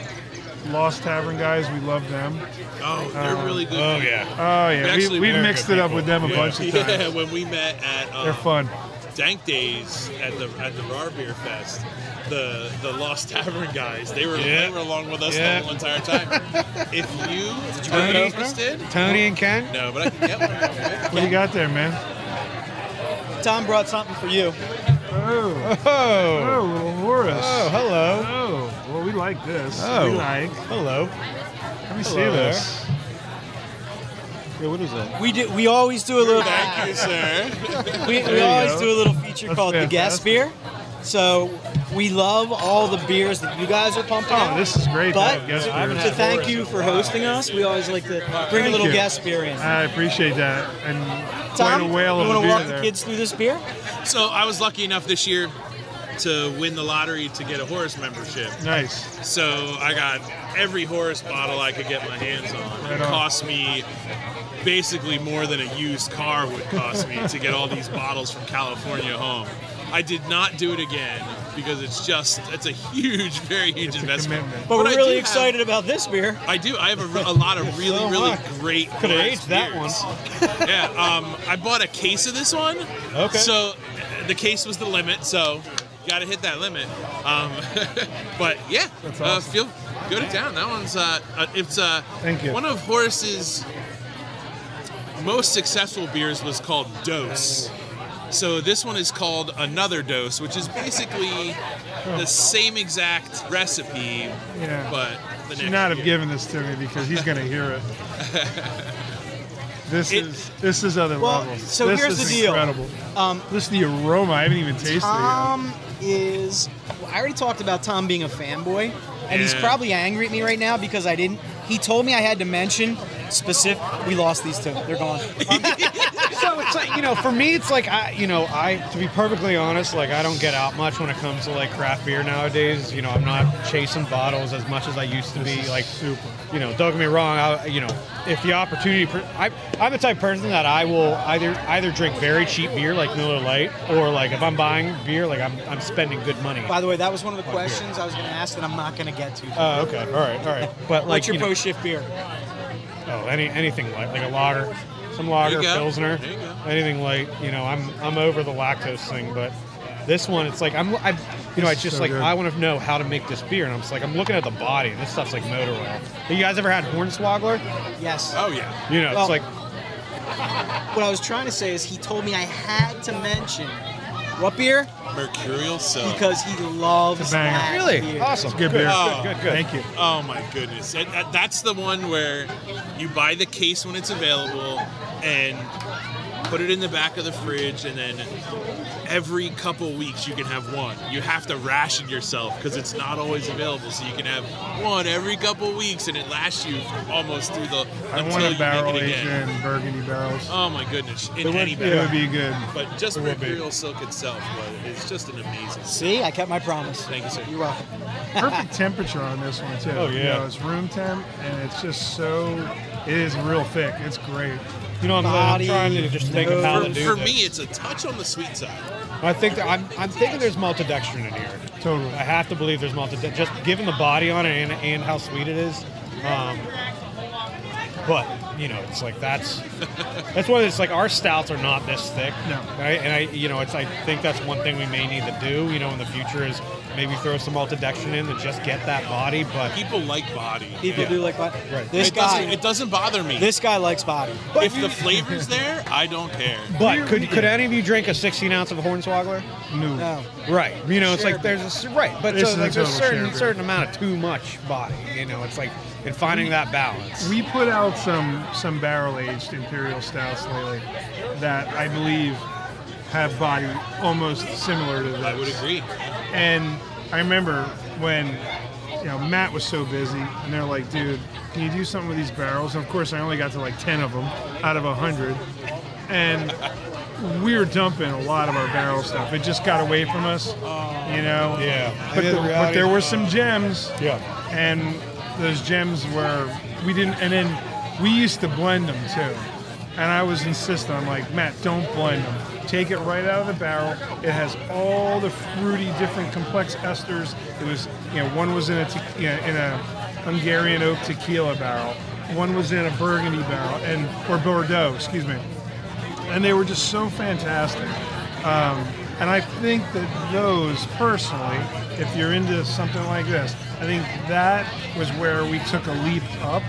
S3: Lost Tavern guys, we love them.
S1: Oh, they're really good.
S4: Oh
S1: people.
S4: yeah.
S3: Oh yeah, we,
S1: Actually,
S3: we
S1: we're
S3: mixed
S1: good
S3: it up
S1: people.
S3: with them a
S1: Yeah.
S3: bunch of times.
S1: Yeah, when we met at
S3: They're
S1: um,
S3: fun.
S1: Dank Days at the at the Rar Beer Fest, the the Lost Tavern guys, they were
S4: Yeah.
S1: they were along with us
S4: Yeah.
S1: the whole entire time. if you,
S4: bring
S1: are
S4: an opener?
S1: interested,
S4: Tony and Ken.
S1: no, but I can get one. real quick.
S3: What do you got there, man?
S2: Tom brought something for you.
S3: Oh,
S4: Oh.
S3: oh, little Horus.
S4: Oh, hello.
S3: Oh, well, we like this.
S4: Oh.
S3: We like.
S4: Hello.
S3: Let me see
S4: Hello there.
S3: this.
S4: Yeah, what is that?
S2: We do. We always do a little.
S1: Thank you, sir.
S2: We,
S3: you
S2: we always
S3: go.
S2: do a little feature
S3: That's
S2: called the guest
S3: fantastic.
S2: beer. So we love all the beers that you guys are pumping out.
S3: Oh, this is great. to
S2: but
S3: have guest beers.
S2: to thank you for hosting us, we always like to bring a
S3: Thank
S2: little
S3: you.
S2: guest beer in.
S3: I appreciate that. And
S2: Tom,
S3: quite a whale
S2: you
S3: of a
S2: want to
S3: beer
S2: walk
S3: there.
S2: the kids through this beer?
S1: So I was lucky enough this year to win the lottery to get a Horus membership.
S3: Nice.
S1: So I got every Horus bottle I could get my hands on.
S3: Right
S1: it
S3: on.
S1: cost me basically more than a used car would cost me to get all these bottles from California home. I did not do it again because it's just it's a huge, very huge
S3: It's a
S1: investment.
S3: commitment.
S2: But,
S1: I
S2: we're
S1: do
S2: really
S1: have-
S2: excited about this beer.
S1: I do. I have a, re- a lot of really,
S4: So
S1: really
S4: much.
S1: great.
S4: Could have
S1: Horus
S4: aged that one.
S1: beers. Yeah, um, I bought a case of this one.
S4: Okay.
S1: So uh, the case was the limit, so you got to hit that limit. Um, but yeah,
S3: That's
S1: uh,
S3: awesome.
S1: feel good it down. That one's uh, uh, it's uh,
S3: Thank you.
S1: one of Horace's most successful beers was called Dose. So this one is called Another Dose, which is basically the same exact recipe,
S3: Yeah.
S1: but the
S3: should
S1: next
S3: not have
S1: year.
S3: given this to me because he's going to hear it. This
S1: It-
S3: is this is other
S2: Well,
S3: level.
S2: so
S3: this
S2: here's
S3: is
S2: the deal.
S3: Incredible.
S2: Um,
S3: Listen to the aroma. I haven't even tasted
S2: Tom is. well, I already talked about Tom being a fanboy, and he's
S1: Yeah.
S2: probably angry at me right now because I didn't. He told me I had to mention specific. We lost these two. They're gone. so
S4: it's like you know, for me, it's like I, you know, I to be perfectly honest, like I don't get out much when it comes to like craft beer nowadays. You know, I'm not chasing bottles as much as I used to be. Like, super. You know, don't get me wrong. I, you know, if the opportunity, pre- I, I'm the type of person that I will either either drink very cheap beer like Miller Lite, or like if I'm buying beer, like I'm I'm spending good money.
S2: By the way, that was one of the questions I was going to ask that I'm not going to get to.
S4: Oh, okay, all right, all right. But like,
S2: What's your
S4: you know,
S2: post shift beer?
S4: Oh, any anything light, like a lager, some lager,
S5: There you go.
S4: pilsner,
S5: There you go.
S4: anything light. You know, I'm I'm over the lactose thing, but this one, it's like I'm, I, you know, I just
S3: So
S4: like
S3: good.
S4: I want to know how to make this beer, and I'm just like I'm looking at the body, and this stuff's like motor oil. Have you guys ever had Hornswoggler?
S2: Yes.
S5: Oh yeah.
S4: You know, it's
S2: Well-
S4: like
S2: What I was trying to say is he told me I had to mention what beer
S5: Mercurial cell.
S2: because he loves
S3: a banger.
S2: that
S4: really
S2: beer.
S4: awesome,
S3: Good beer.
S5: Oh.
S4: good, good, good.
S3: Thank you.
S5: Oh my goodness. And that- that's the one where you buy the case when it's available and put it in the back of the fridge and then every couple weeks you can have one. You have to ration yourself because it's not always available. So you can have one every couple weeks and it lasts you almost through the
S3: I
S5: until
S3: want a
S5: you make
S3: barrel
S5: it
S3: aged
S5: again.
S3: in burgundy barrels.
S5: Oh my goodness. In
S3: it, would,
S5: any
S3: it
S5: barrel.
S3: would be good.
S5: But just
S4: It would be.
S5: Mercurial Silk itself, but it's just an amazing.
S2: See, I kept my promise.
S5: Thank you, sir.
S2: You're welcome.
S3: Perfect temperature on this one too.
S4: Oh,
S3: You
S4: yeah.
S3: know, it's room temp, and it's just so. It is real thick. It's great.
S4: You know, I'm, I'm
S2: Body,
S4: trying to just think of how to
S5: For,
S4: do
S5: for
S4: this.
S5: me, it's a touch on the sweet side.
S4: I think that I'm, I'm thinking there's maltodextrin in here.
S3: Totally.
S4: I have to believe there's maltodextrin, just given the body on it and, and how sweet it is. Um, but you know, it's like that's that's one. It's like our stouts are not this thick.
S3: No.
S4: And I, and I, you know, it's I think that's one thing we may need to do. You know, in the future is maybe throw some maltodextrin in to just get that body. But
S5: People like body.
S2: People
S5: Yeah.
S2: do like body.
S4: Right.
S2: This
S5: it
S2: guy,
S5: doesn't, it doesn't bother me.
S2: this guy likes body.
S5: if the flavor's there, I don't care.
S4: but could could any of you drink a 16 ounce of Hornswoggler?
S3: New.
S2: No.
S4: Right. You know, it's
S2: Share
S4: like there's a s- right, but
S3: This
S4: so,
S3: is a
S4: like there's
S3: total share
S4: certain
S3: beer.
S4: certain amount of too much body. You know, it's like and finding that balance.
S3: We put out some some barrel aged imperial stouts lately that I believe have body almost similar to this.
S5: I would agree.
S3: And I remember when you know Matt was so busy, and they're like, "Dude, can you do something with these barrels?" And of course, I only got to like ten of them out of hundred, and we were dumping a lot of our barrel stuff. It just got away from us, you know.
S4: Yeah.
S3: But,
S4: Yeah,
S3: the-
S4: the
S3: but
S4: reality-
S3: there were some gems.
S4: Yeah.
S3: And those gems were we didn't, and then we used to blend them too. And I was insistent. I'm like, Matt, don't blend them. Take it right out of the barrel. It has all the fruity, different, complex esters. It was, you know, one was in a te- you know, in a Hungarian oak tequila barrel. One was in a Burgundy barrel, and or Bordeaux, excuse me and they were just so fantastic. Um, and I think that those, personally, if you're into something like this, I think that was where we took a leap up,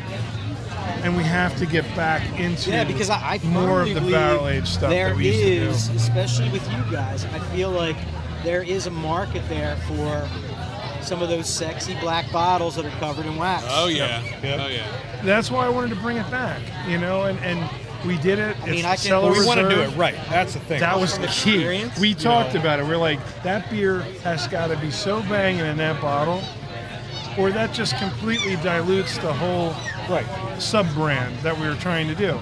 S3: and we have to get back into
S2: Yeah, because I, I
S3: more
S2: firmly
S3: of the
S2: believe
S3: barrel aged stuff
S2: There
S3: that we used
S2: is,
S3: to do.
S2: especially with you guys. I feel like there is a market there for some of those sexy black bottles that are covered in wax.
S5: Oh yeah.
S4: Yep.
S5: Oh yeah.
S3: That's why I wanted to bring it back, you know, and, and we did it. I
S2: mean,
S3: it's
S2: I can-
S3: Cellar
S2: But
S4: we want to do
S3: Reserve.
S4: it right. That's the thing.
S3: That was
S2: from
S3: the key.
S2: experience,
S3: We
S2: you
S3: talked
S4: know.
S3: about it. We're like, that beer has got to be so banging in that bottle, or that just completely dilutes the whole
S4: right.
S3: sub brand that we were trying to do.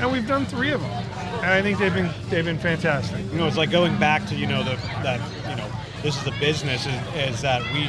S3: And we've done three of them, and I think they've been they've been fantastic.
S4: You know, it's like going back to you know the that you know this is the business is, is that we.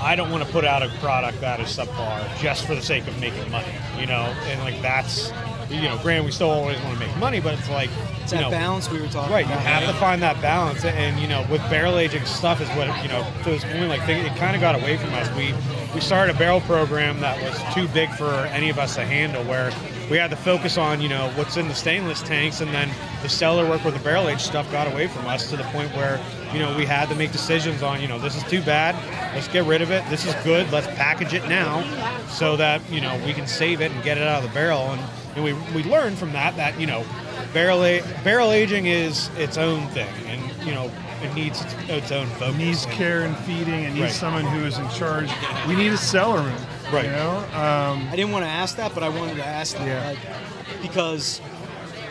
S4: I don't want to put out a product that is subpar just for the sake of making money. You know, and like that's you know, granted, we still always want to make money, but it's like
S2: it's
S4: you
S2: that
S4: know,
S2: balance we were talking
S4: Right, you
S2: about.
S4: have to find that balance, and you know, with barrel aging stuff is what you know. Those only like thing, it kind of got away from us. We we started a barrel program that was too big for any of us to handle, where we had to focus on you know what's in the stainless tanks, and then the cellar work with the barrel aged stuff got away from us to the point where you know we had to make decisions on you know this is too bad, let's get rid of it. This is good, let's package it now, so that you know we can save it and get it out of the barrel, and, and we we learned from that that you know barrel a- barrel aging is its own thing, and you know it needs its, its own focus.
S3: Needs
S4: And
S3: care and feeding, and needs
S4: Right.
S3: someone who is in charge. We need a cellar room,
S4: Right.
S3: You know, um,
S2: I didn't want to ask that, but I wanted to ask that
S3: Yeah.
S2: like, because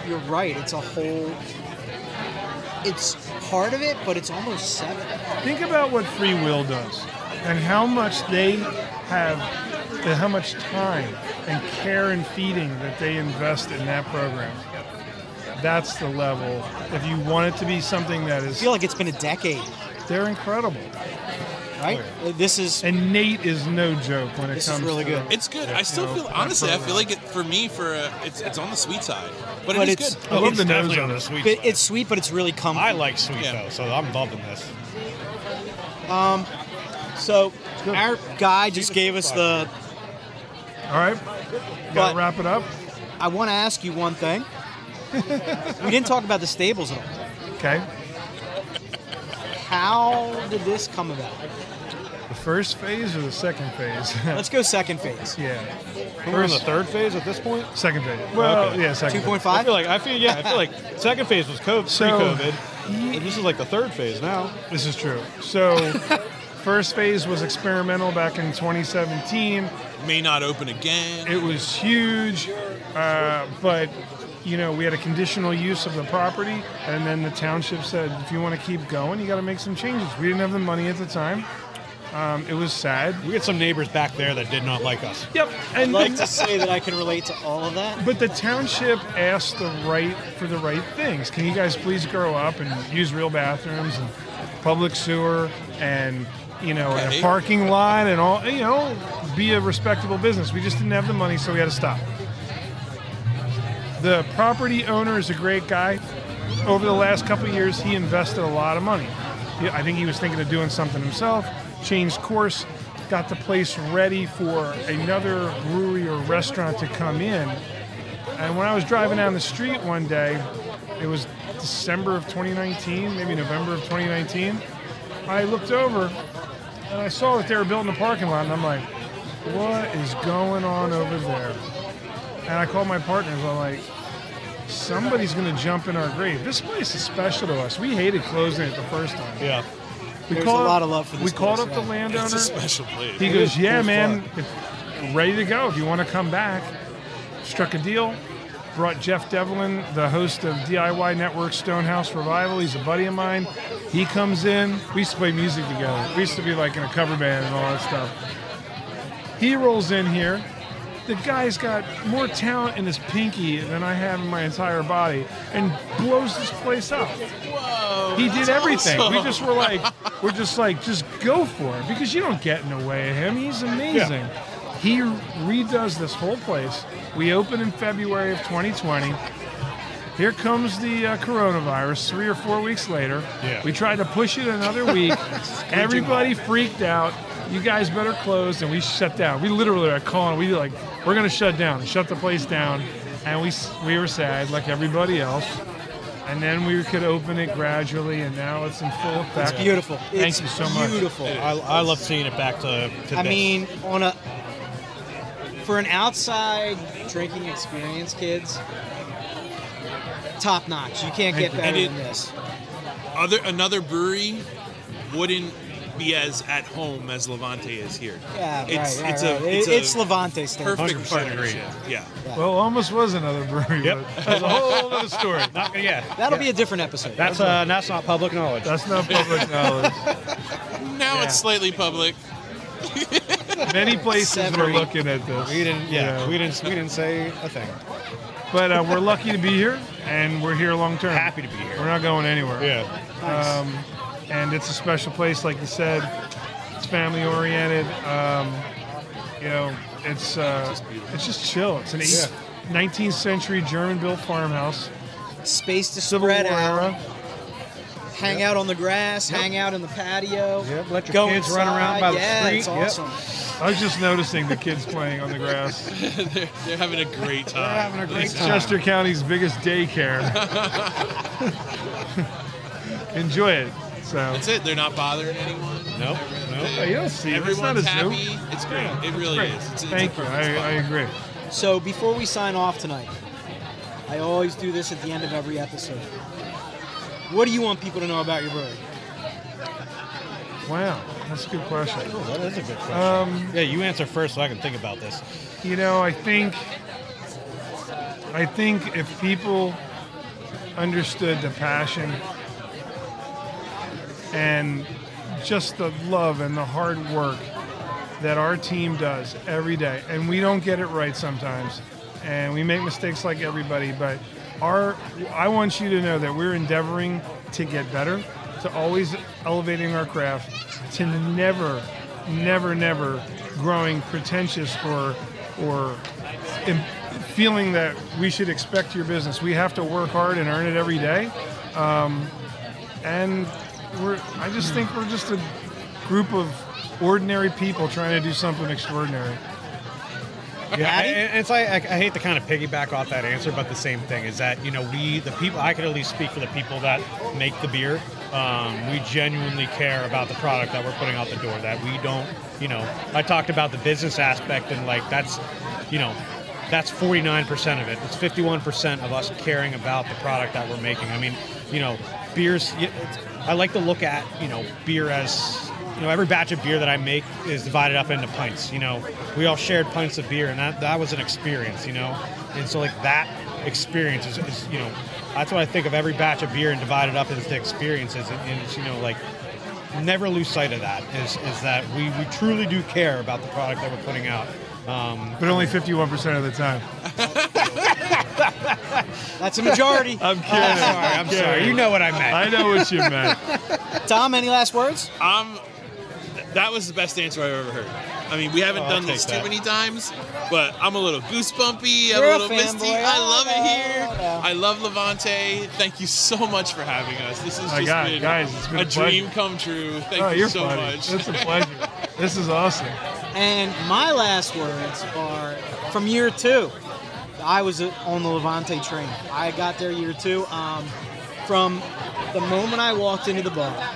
S2: you're right. It's a whole. It's part of it, but it's almost seven.
S3: think about what free will does, and how much they have, and how much time and care and feeding that they invest in that program. That's the level. If you want it to be something that
S2: I
S3: is,
S2: feel like it's been a decade,
S3: they're incredible.
S2: right? This is
S3: And Nate is no joke when it
S2: This is
S3: comes.
S2: really
S3: to
S2: good.
S5: It's good. I still feel honestly. I feel like it, for me, for a, it's it's on the sweet side, but,
S2: But
S5: it
S2: it's-
S5: is good.
S3: I love
S4: It's
S3: the nose
S4: definitely
S3: on
S4: on the
S3: this.
S4: sweet
S2: but
S4: side.
S2: it's sweet, but it's really comfy.
S4: I like sweet
S5: Yeah.
S4: though, so I'm loving this.
S2: so our guy just gave us the.
S3: All right,
S2: But-
S3: gotta wrap it up.
S2: I want to ask you one thing. we didn't talk about the stables at all.
S3: Okay.
S2: How did this come about?
S3: The first phase or the second phase?
S2: Let's go second phase.
S3: yeah.
S4: We're in the third phase at this point.
S3: Second phase. Well,
S4: Okay.
S3: yeah, second. phase.
S2: 2.5?
S4: I feel like I feel yeah. I feel like second phase was COVID,
S3: So-
S4: pre-COVID. and this is like the third phase now.
S3: This is true. So, first phase was experimental back in 2017.
S5: May not open again.
S3: It was huge, uh, but you know we had a conditional use of the property, and then the township said, if you want to keep going, you got to make some changes. We didn't have the money at the time. Um, it was sad.
S4: We got some neighbors back there that did not like us.
S3: Yep. And
S2: like to say that I can relate to all of that.
S3: But the township asked the right for the right things. Can you guys please grow up and use real bathrooms and public sewer and you know and
S5: Okay.
S3: a parking lot and all you know be a respectable business. We just didn't have the money, so we had to stop. The property owner is a great guy. Over the last couple of years, he invested a lot of money. He- I think he was thinking of doing something himself, changed course, got the place ready for another brewery or restaurant to come in. And when I was driving down the street one day, it was December of 2019, maybe November of 2019. I looked over and I saw that they were building a parking lot, and I'm like, what is going on over there? And I called my partners. I'm like, somebody's going to jump in our grave. This place is special to us. We hated closing it the first time.
S4: Yeah.
S3: We
S2: There's
S3: called
S2: a
S3: up-
S2: lot of love for this
S3: We called
S2: place,
S3: up the
S2: yeah.
S5: It's
S3: landowner.
S5: a special place.
S3: He goes,
S4: is
S3: "Yeah,
S4: cool
S3: man, if- ready to go. If you want to come back." Struck a deal. Brought Jeff Devlin, the host of DIY Network Stonehouse Revival. He's a buddy of mine. He comes in. We used to play music together. We used to be like in a cover band and all that stuff. He rolls in here. The guy's got more talent in his pinky than I have in my entire body and blows this place up. He did everything. We just were like, we're just like, just go for it because you don't get in the way of him. He's amazing. He redoes this whole place. We open in February of 2020. Here comes the uh, coronavirus. Three or four weeks later,
S4: Yeah.
S3: we tried to push it another week. Everybody freaked out. You guys better close, and we shut down. We literally are calling. We like, we're gonna shut down, shut the place down, and we s- we were sad like everybody else. And then we could open it gradually, and now it's in full effect.
S2: It's beautiful.
S3: Thank
S2: It's
S3: you so much.
S2: Beautiful.
S4: I, I love seeing it back to. to
S2: I
S4: this.
S2: mean, on a for an outside drinking experience, kids, top notch. You can't get
S3: you.
S2: better
S5: And it-
S2: than this.
S5: Other another brewery wouldn't be as at home as Levante is here.
S2: Yeah,
S5: it's
S2: right,
S5: it's
S2: right,
S5: a
S2: right.
S5: it's,
S2: It-
S5: a
S2: it's Levante standard.
S5: perfect
S4: 100% agree.
S5: partnership. Yeah.
S3: Well, almost was another brewery.
S4: Yep.
S3: but That's a whole other story.
S4: Not- Uh, yeah.
S2: That'll be a different episode.
S4: That's uh, that's not public knowledge.
S3: That's not public knowledge.
S5: Now it's slightly public.
S3: Many places were
S2: Severing.
S3: looking at this.
S4: we didn't. Yeah,
S3: Yeah.
S4: we didn't. We didn't say a thing.
S3: But uh, we're lucky to be here, and we're here long term.
S4: Happy to be here.
S3: We're not going anywhere.
S4: Yeah.
S3: Um, and it's a special place, like you said. It's family oriented. Um, you know, it's uh, it's just chill. It's an eight- 19th century German built farmhouse,
S2: Space to
S3: Civil
S2: spread
S3: War
S2: out,
S3: era.
S2: hang out on the grass, hang out in the patio.
S4: Yep, let your
S2: go
S4: kids run around
S2: inside.
S4: by the
S2: yeah,
S4: street.
S2: It's
S4: Yep.
S2: awesome.
S3: I was just noticing the kids playing on the grass.
S5: they're, they're having a great time. They're
S4: having a great
S3: It's Chester County's biggest daycare. Enjoy it. So
S5: That's it. They're not bothering anyone.
S4: Nope. Nope.
S3: you don't see it. It's not
S5: Everyone's
S3: a zoo.
S5: happy. It's great. It really
S3: Great.
S5: is. It's, it's a
S3: Thank you.
S5: perfect
S3: I, I agree.
S2: So before we sign off tonight, I always do this at the end of every episode. What do you want people to know about your brewery?
S3: Wow, that's a good question.
S4: Oh, that is a good question.
S3: Um,
S4: yeah, you answer first, so I can think about this.
S3: You know, I think I think if people understood the passion and just the love and the hard work that our team does every day, and we don't get it right sometimes, and we make mistakes like everybody, but our I want you to know that we're endeavoring to get better, to always elevating our craft, to never, never, never growing pretentious or or im- feeling that we should expect your business. We have to work hard and earn it every day, um, and we're. I just think we're just a group of ordinary people trying to do something extraordinary.
S4: Yeah, and- and it's like I, I hate to kind of piggyback off that answer, but the same thing is that you know we the people I could at least speak for the people that make the beer. Um, we genuinely care about the product that we're putting out the door. That we don't, you know, I talked about the business aspect and like that's, you know, that's 49% of it. It's 51% of us caring about the product that we're making. I mean, you know, beers. y- I like to look at you know beer as you know every batch of beer that I make is divided up into pints. You know, we all shared pints of beer, and that that was an experience. You know, and so like that experience is, is you know that's what I think of every batch of beer and divide it up into experiences, and, and it's you know like never lose sight of that is is that we we truly do care about the product that we're putting out. Um,
S3: But only 51% of the time.
S2: That's a
S4: Uh,
S2: majority.
S3: I'm kidding. I'm sorry.
S4: I'm sorry, you know what I meant.
S3: I know what you meant.
S2: Tom, any last words?
S5: Um, th- that was the best answer I've ever heard. I mean, we haven't
S4: Oh, I'll
S5: done
S4: take
S5: this
S4: that.
S5: too many times, but I'm a little goosebumpy. I'm
S2: You're
S5: a
S2: a
S5: little misty.
S2: fanboy.
S5: I love
S2: Oh,
S5: it here.
S2: no, no.
S5: I love Levante. Thank you so much for having us. This has
S3: My
S5: just
S3: God,
S5: been,
S3: guys, it's been
S5: a
S3: a pleasure.
S5: dream come true. Thank
S3: oh,
S5: you
S3: you're
S5: so
S3: funny.
S5: much.
S3: It's a pleasure. this is awesome.
S2: And my last words are from year two. I was on the Levante train. I got there year two. Um, from the moment I walked into the bar,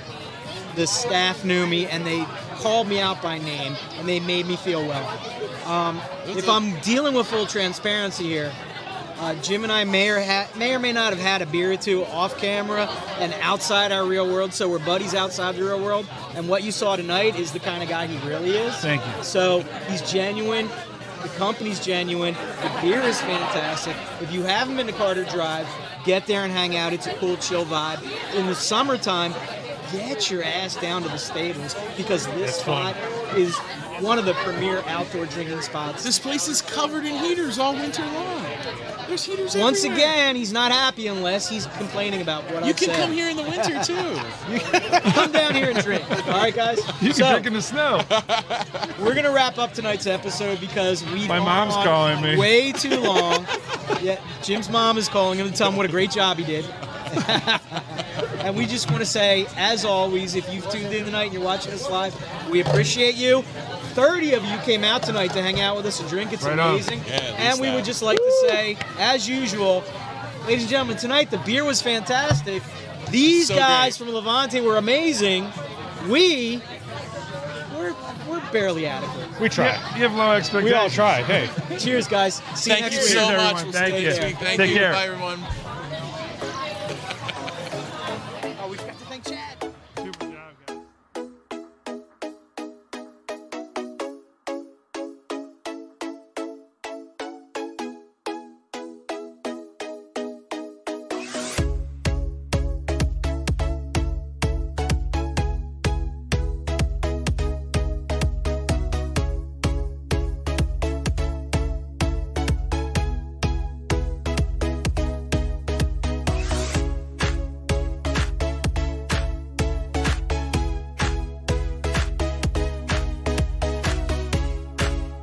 S2: the staff knew me and they called me out by name and they made me feel welcome. Um, if I'm dealing with full transparency here, uh, Jim and I may or, ha- may or may not have had a beer or two off camera and outside our real world, so we're buddies outside the real world. And what you saw tonight is the kind of guy he really is.
S3: Thank you.
S2: So he's genuine. The company's genuine. The beer is fantastic. If you haven't been to Carter Drive, get there and hang out. It's a cool, chill vibe. In the summertime, get your ass down to the stables because this
S4: It's fun.
S2: spot is one of the premier outdoor drinking spots.
S5: This place is covered in heaters all winter long. There's heaters
S2: Once
S5: everywhere.
S2: again, he's not happy unless he's complaining about what
S5: You
S2: I've
S5: can
S2: said.
S5: come here in the winter too.
S2: Come down here and drink. All right, guys.
S3: You can
S2: so
S3: drink in the snow.
S2: we're gonna wrap up tonight's episode because we
S3: My mom's calling me.
S2: way too long. yeah, Jim's mom is calling him to tell him what a great job he did. and we just want to say, as always, if you've tuned in tonight and you're watching us live, we appreciate you. 30 of you came out tonight to hang out with us and drink. It's
S3: Right on.
S2: amazing.
S5: Yeah, at
S2: and
S5: least
S2: we
S5: that.
S2: would just like to say, as usual, ladies and gentlemen, tonight the beer was fantastic. These
S5: So
S2: guys
S5: great.
S2: from Levante were amazing. We we're, we're barely adequate.
S4: we
S3: You
S4: try.
S3: you have low expectations.
S4: We all try. Hey.
S2: Cheers, guys. See you
S5: Thank
S2: next
S5: you
S2: week.
S5: so
S3: Cheers,
S5: much.
S3: everyone.
S5: We'll
S3: Thank
S5: see
S3: you.
S5: next week. Thank
S3: Take
S5: you.
S3: care.
S5: Bye everyone.
S2: Oh,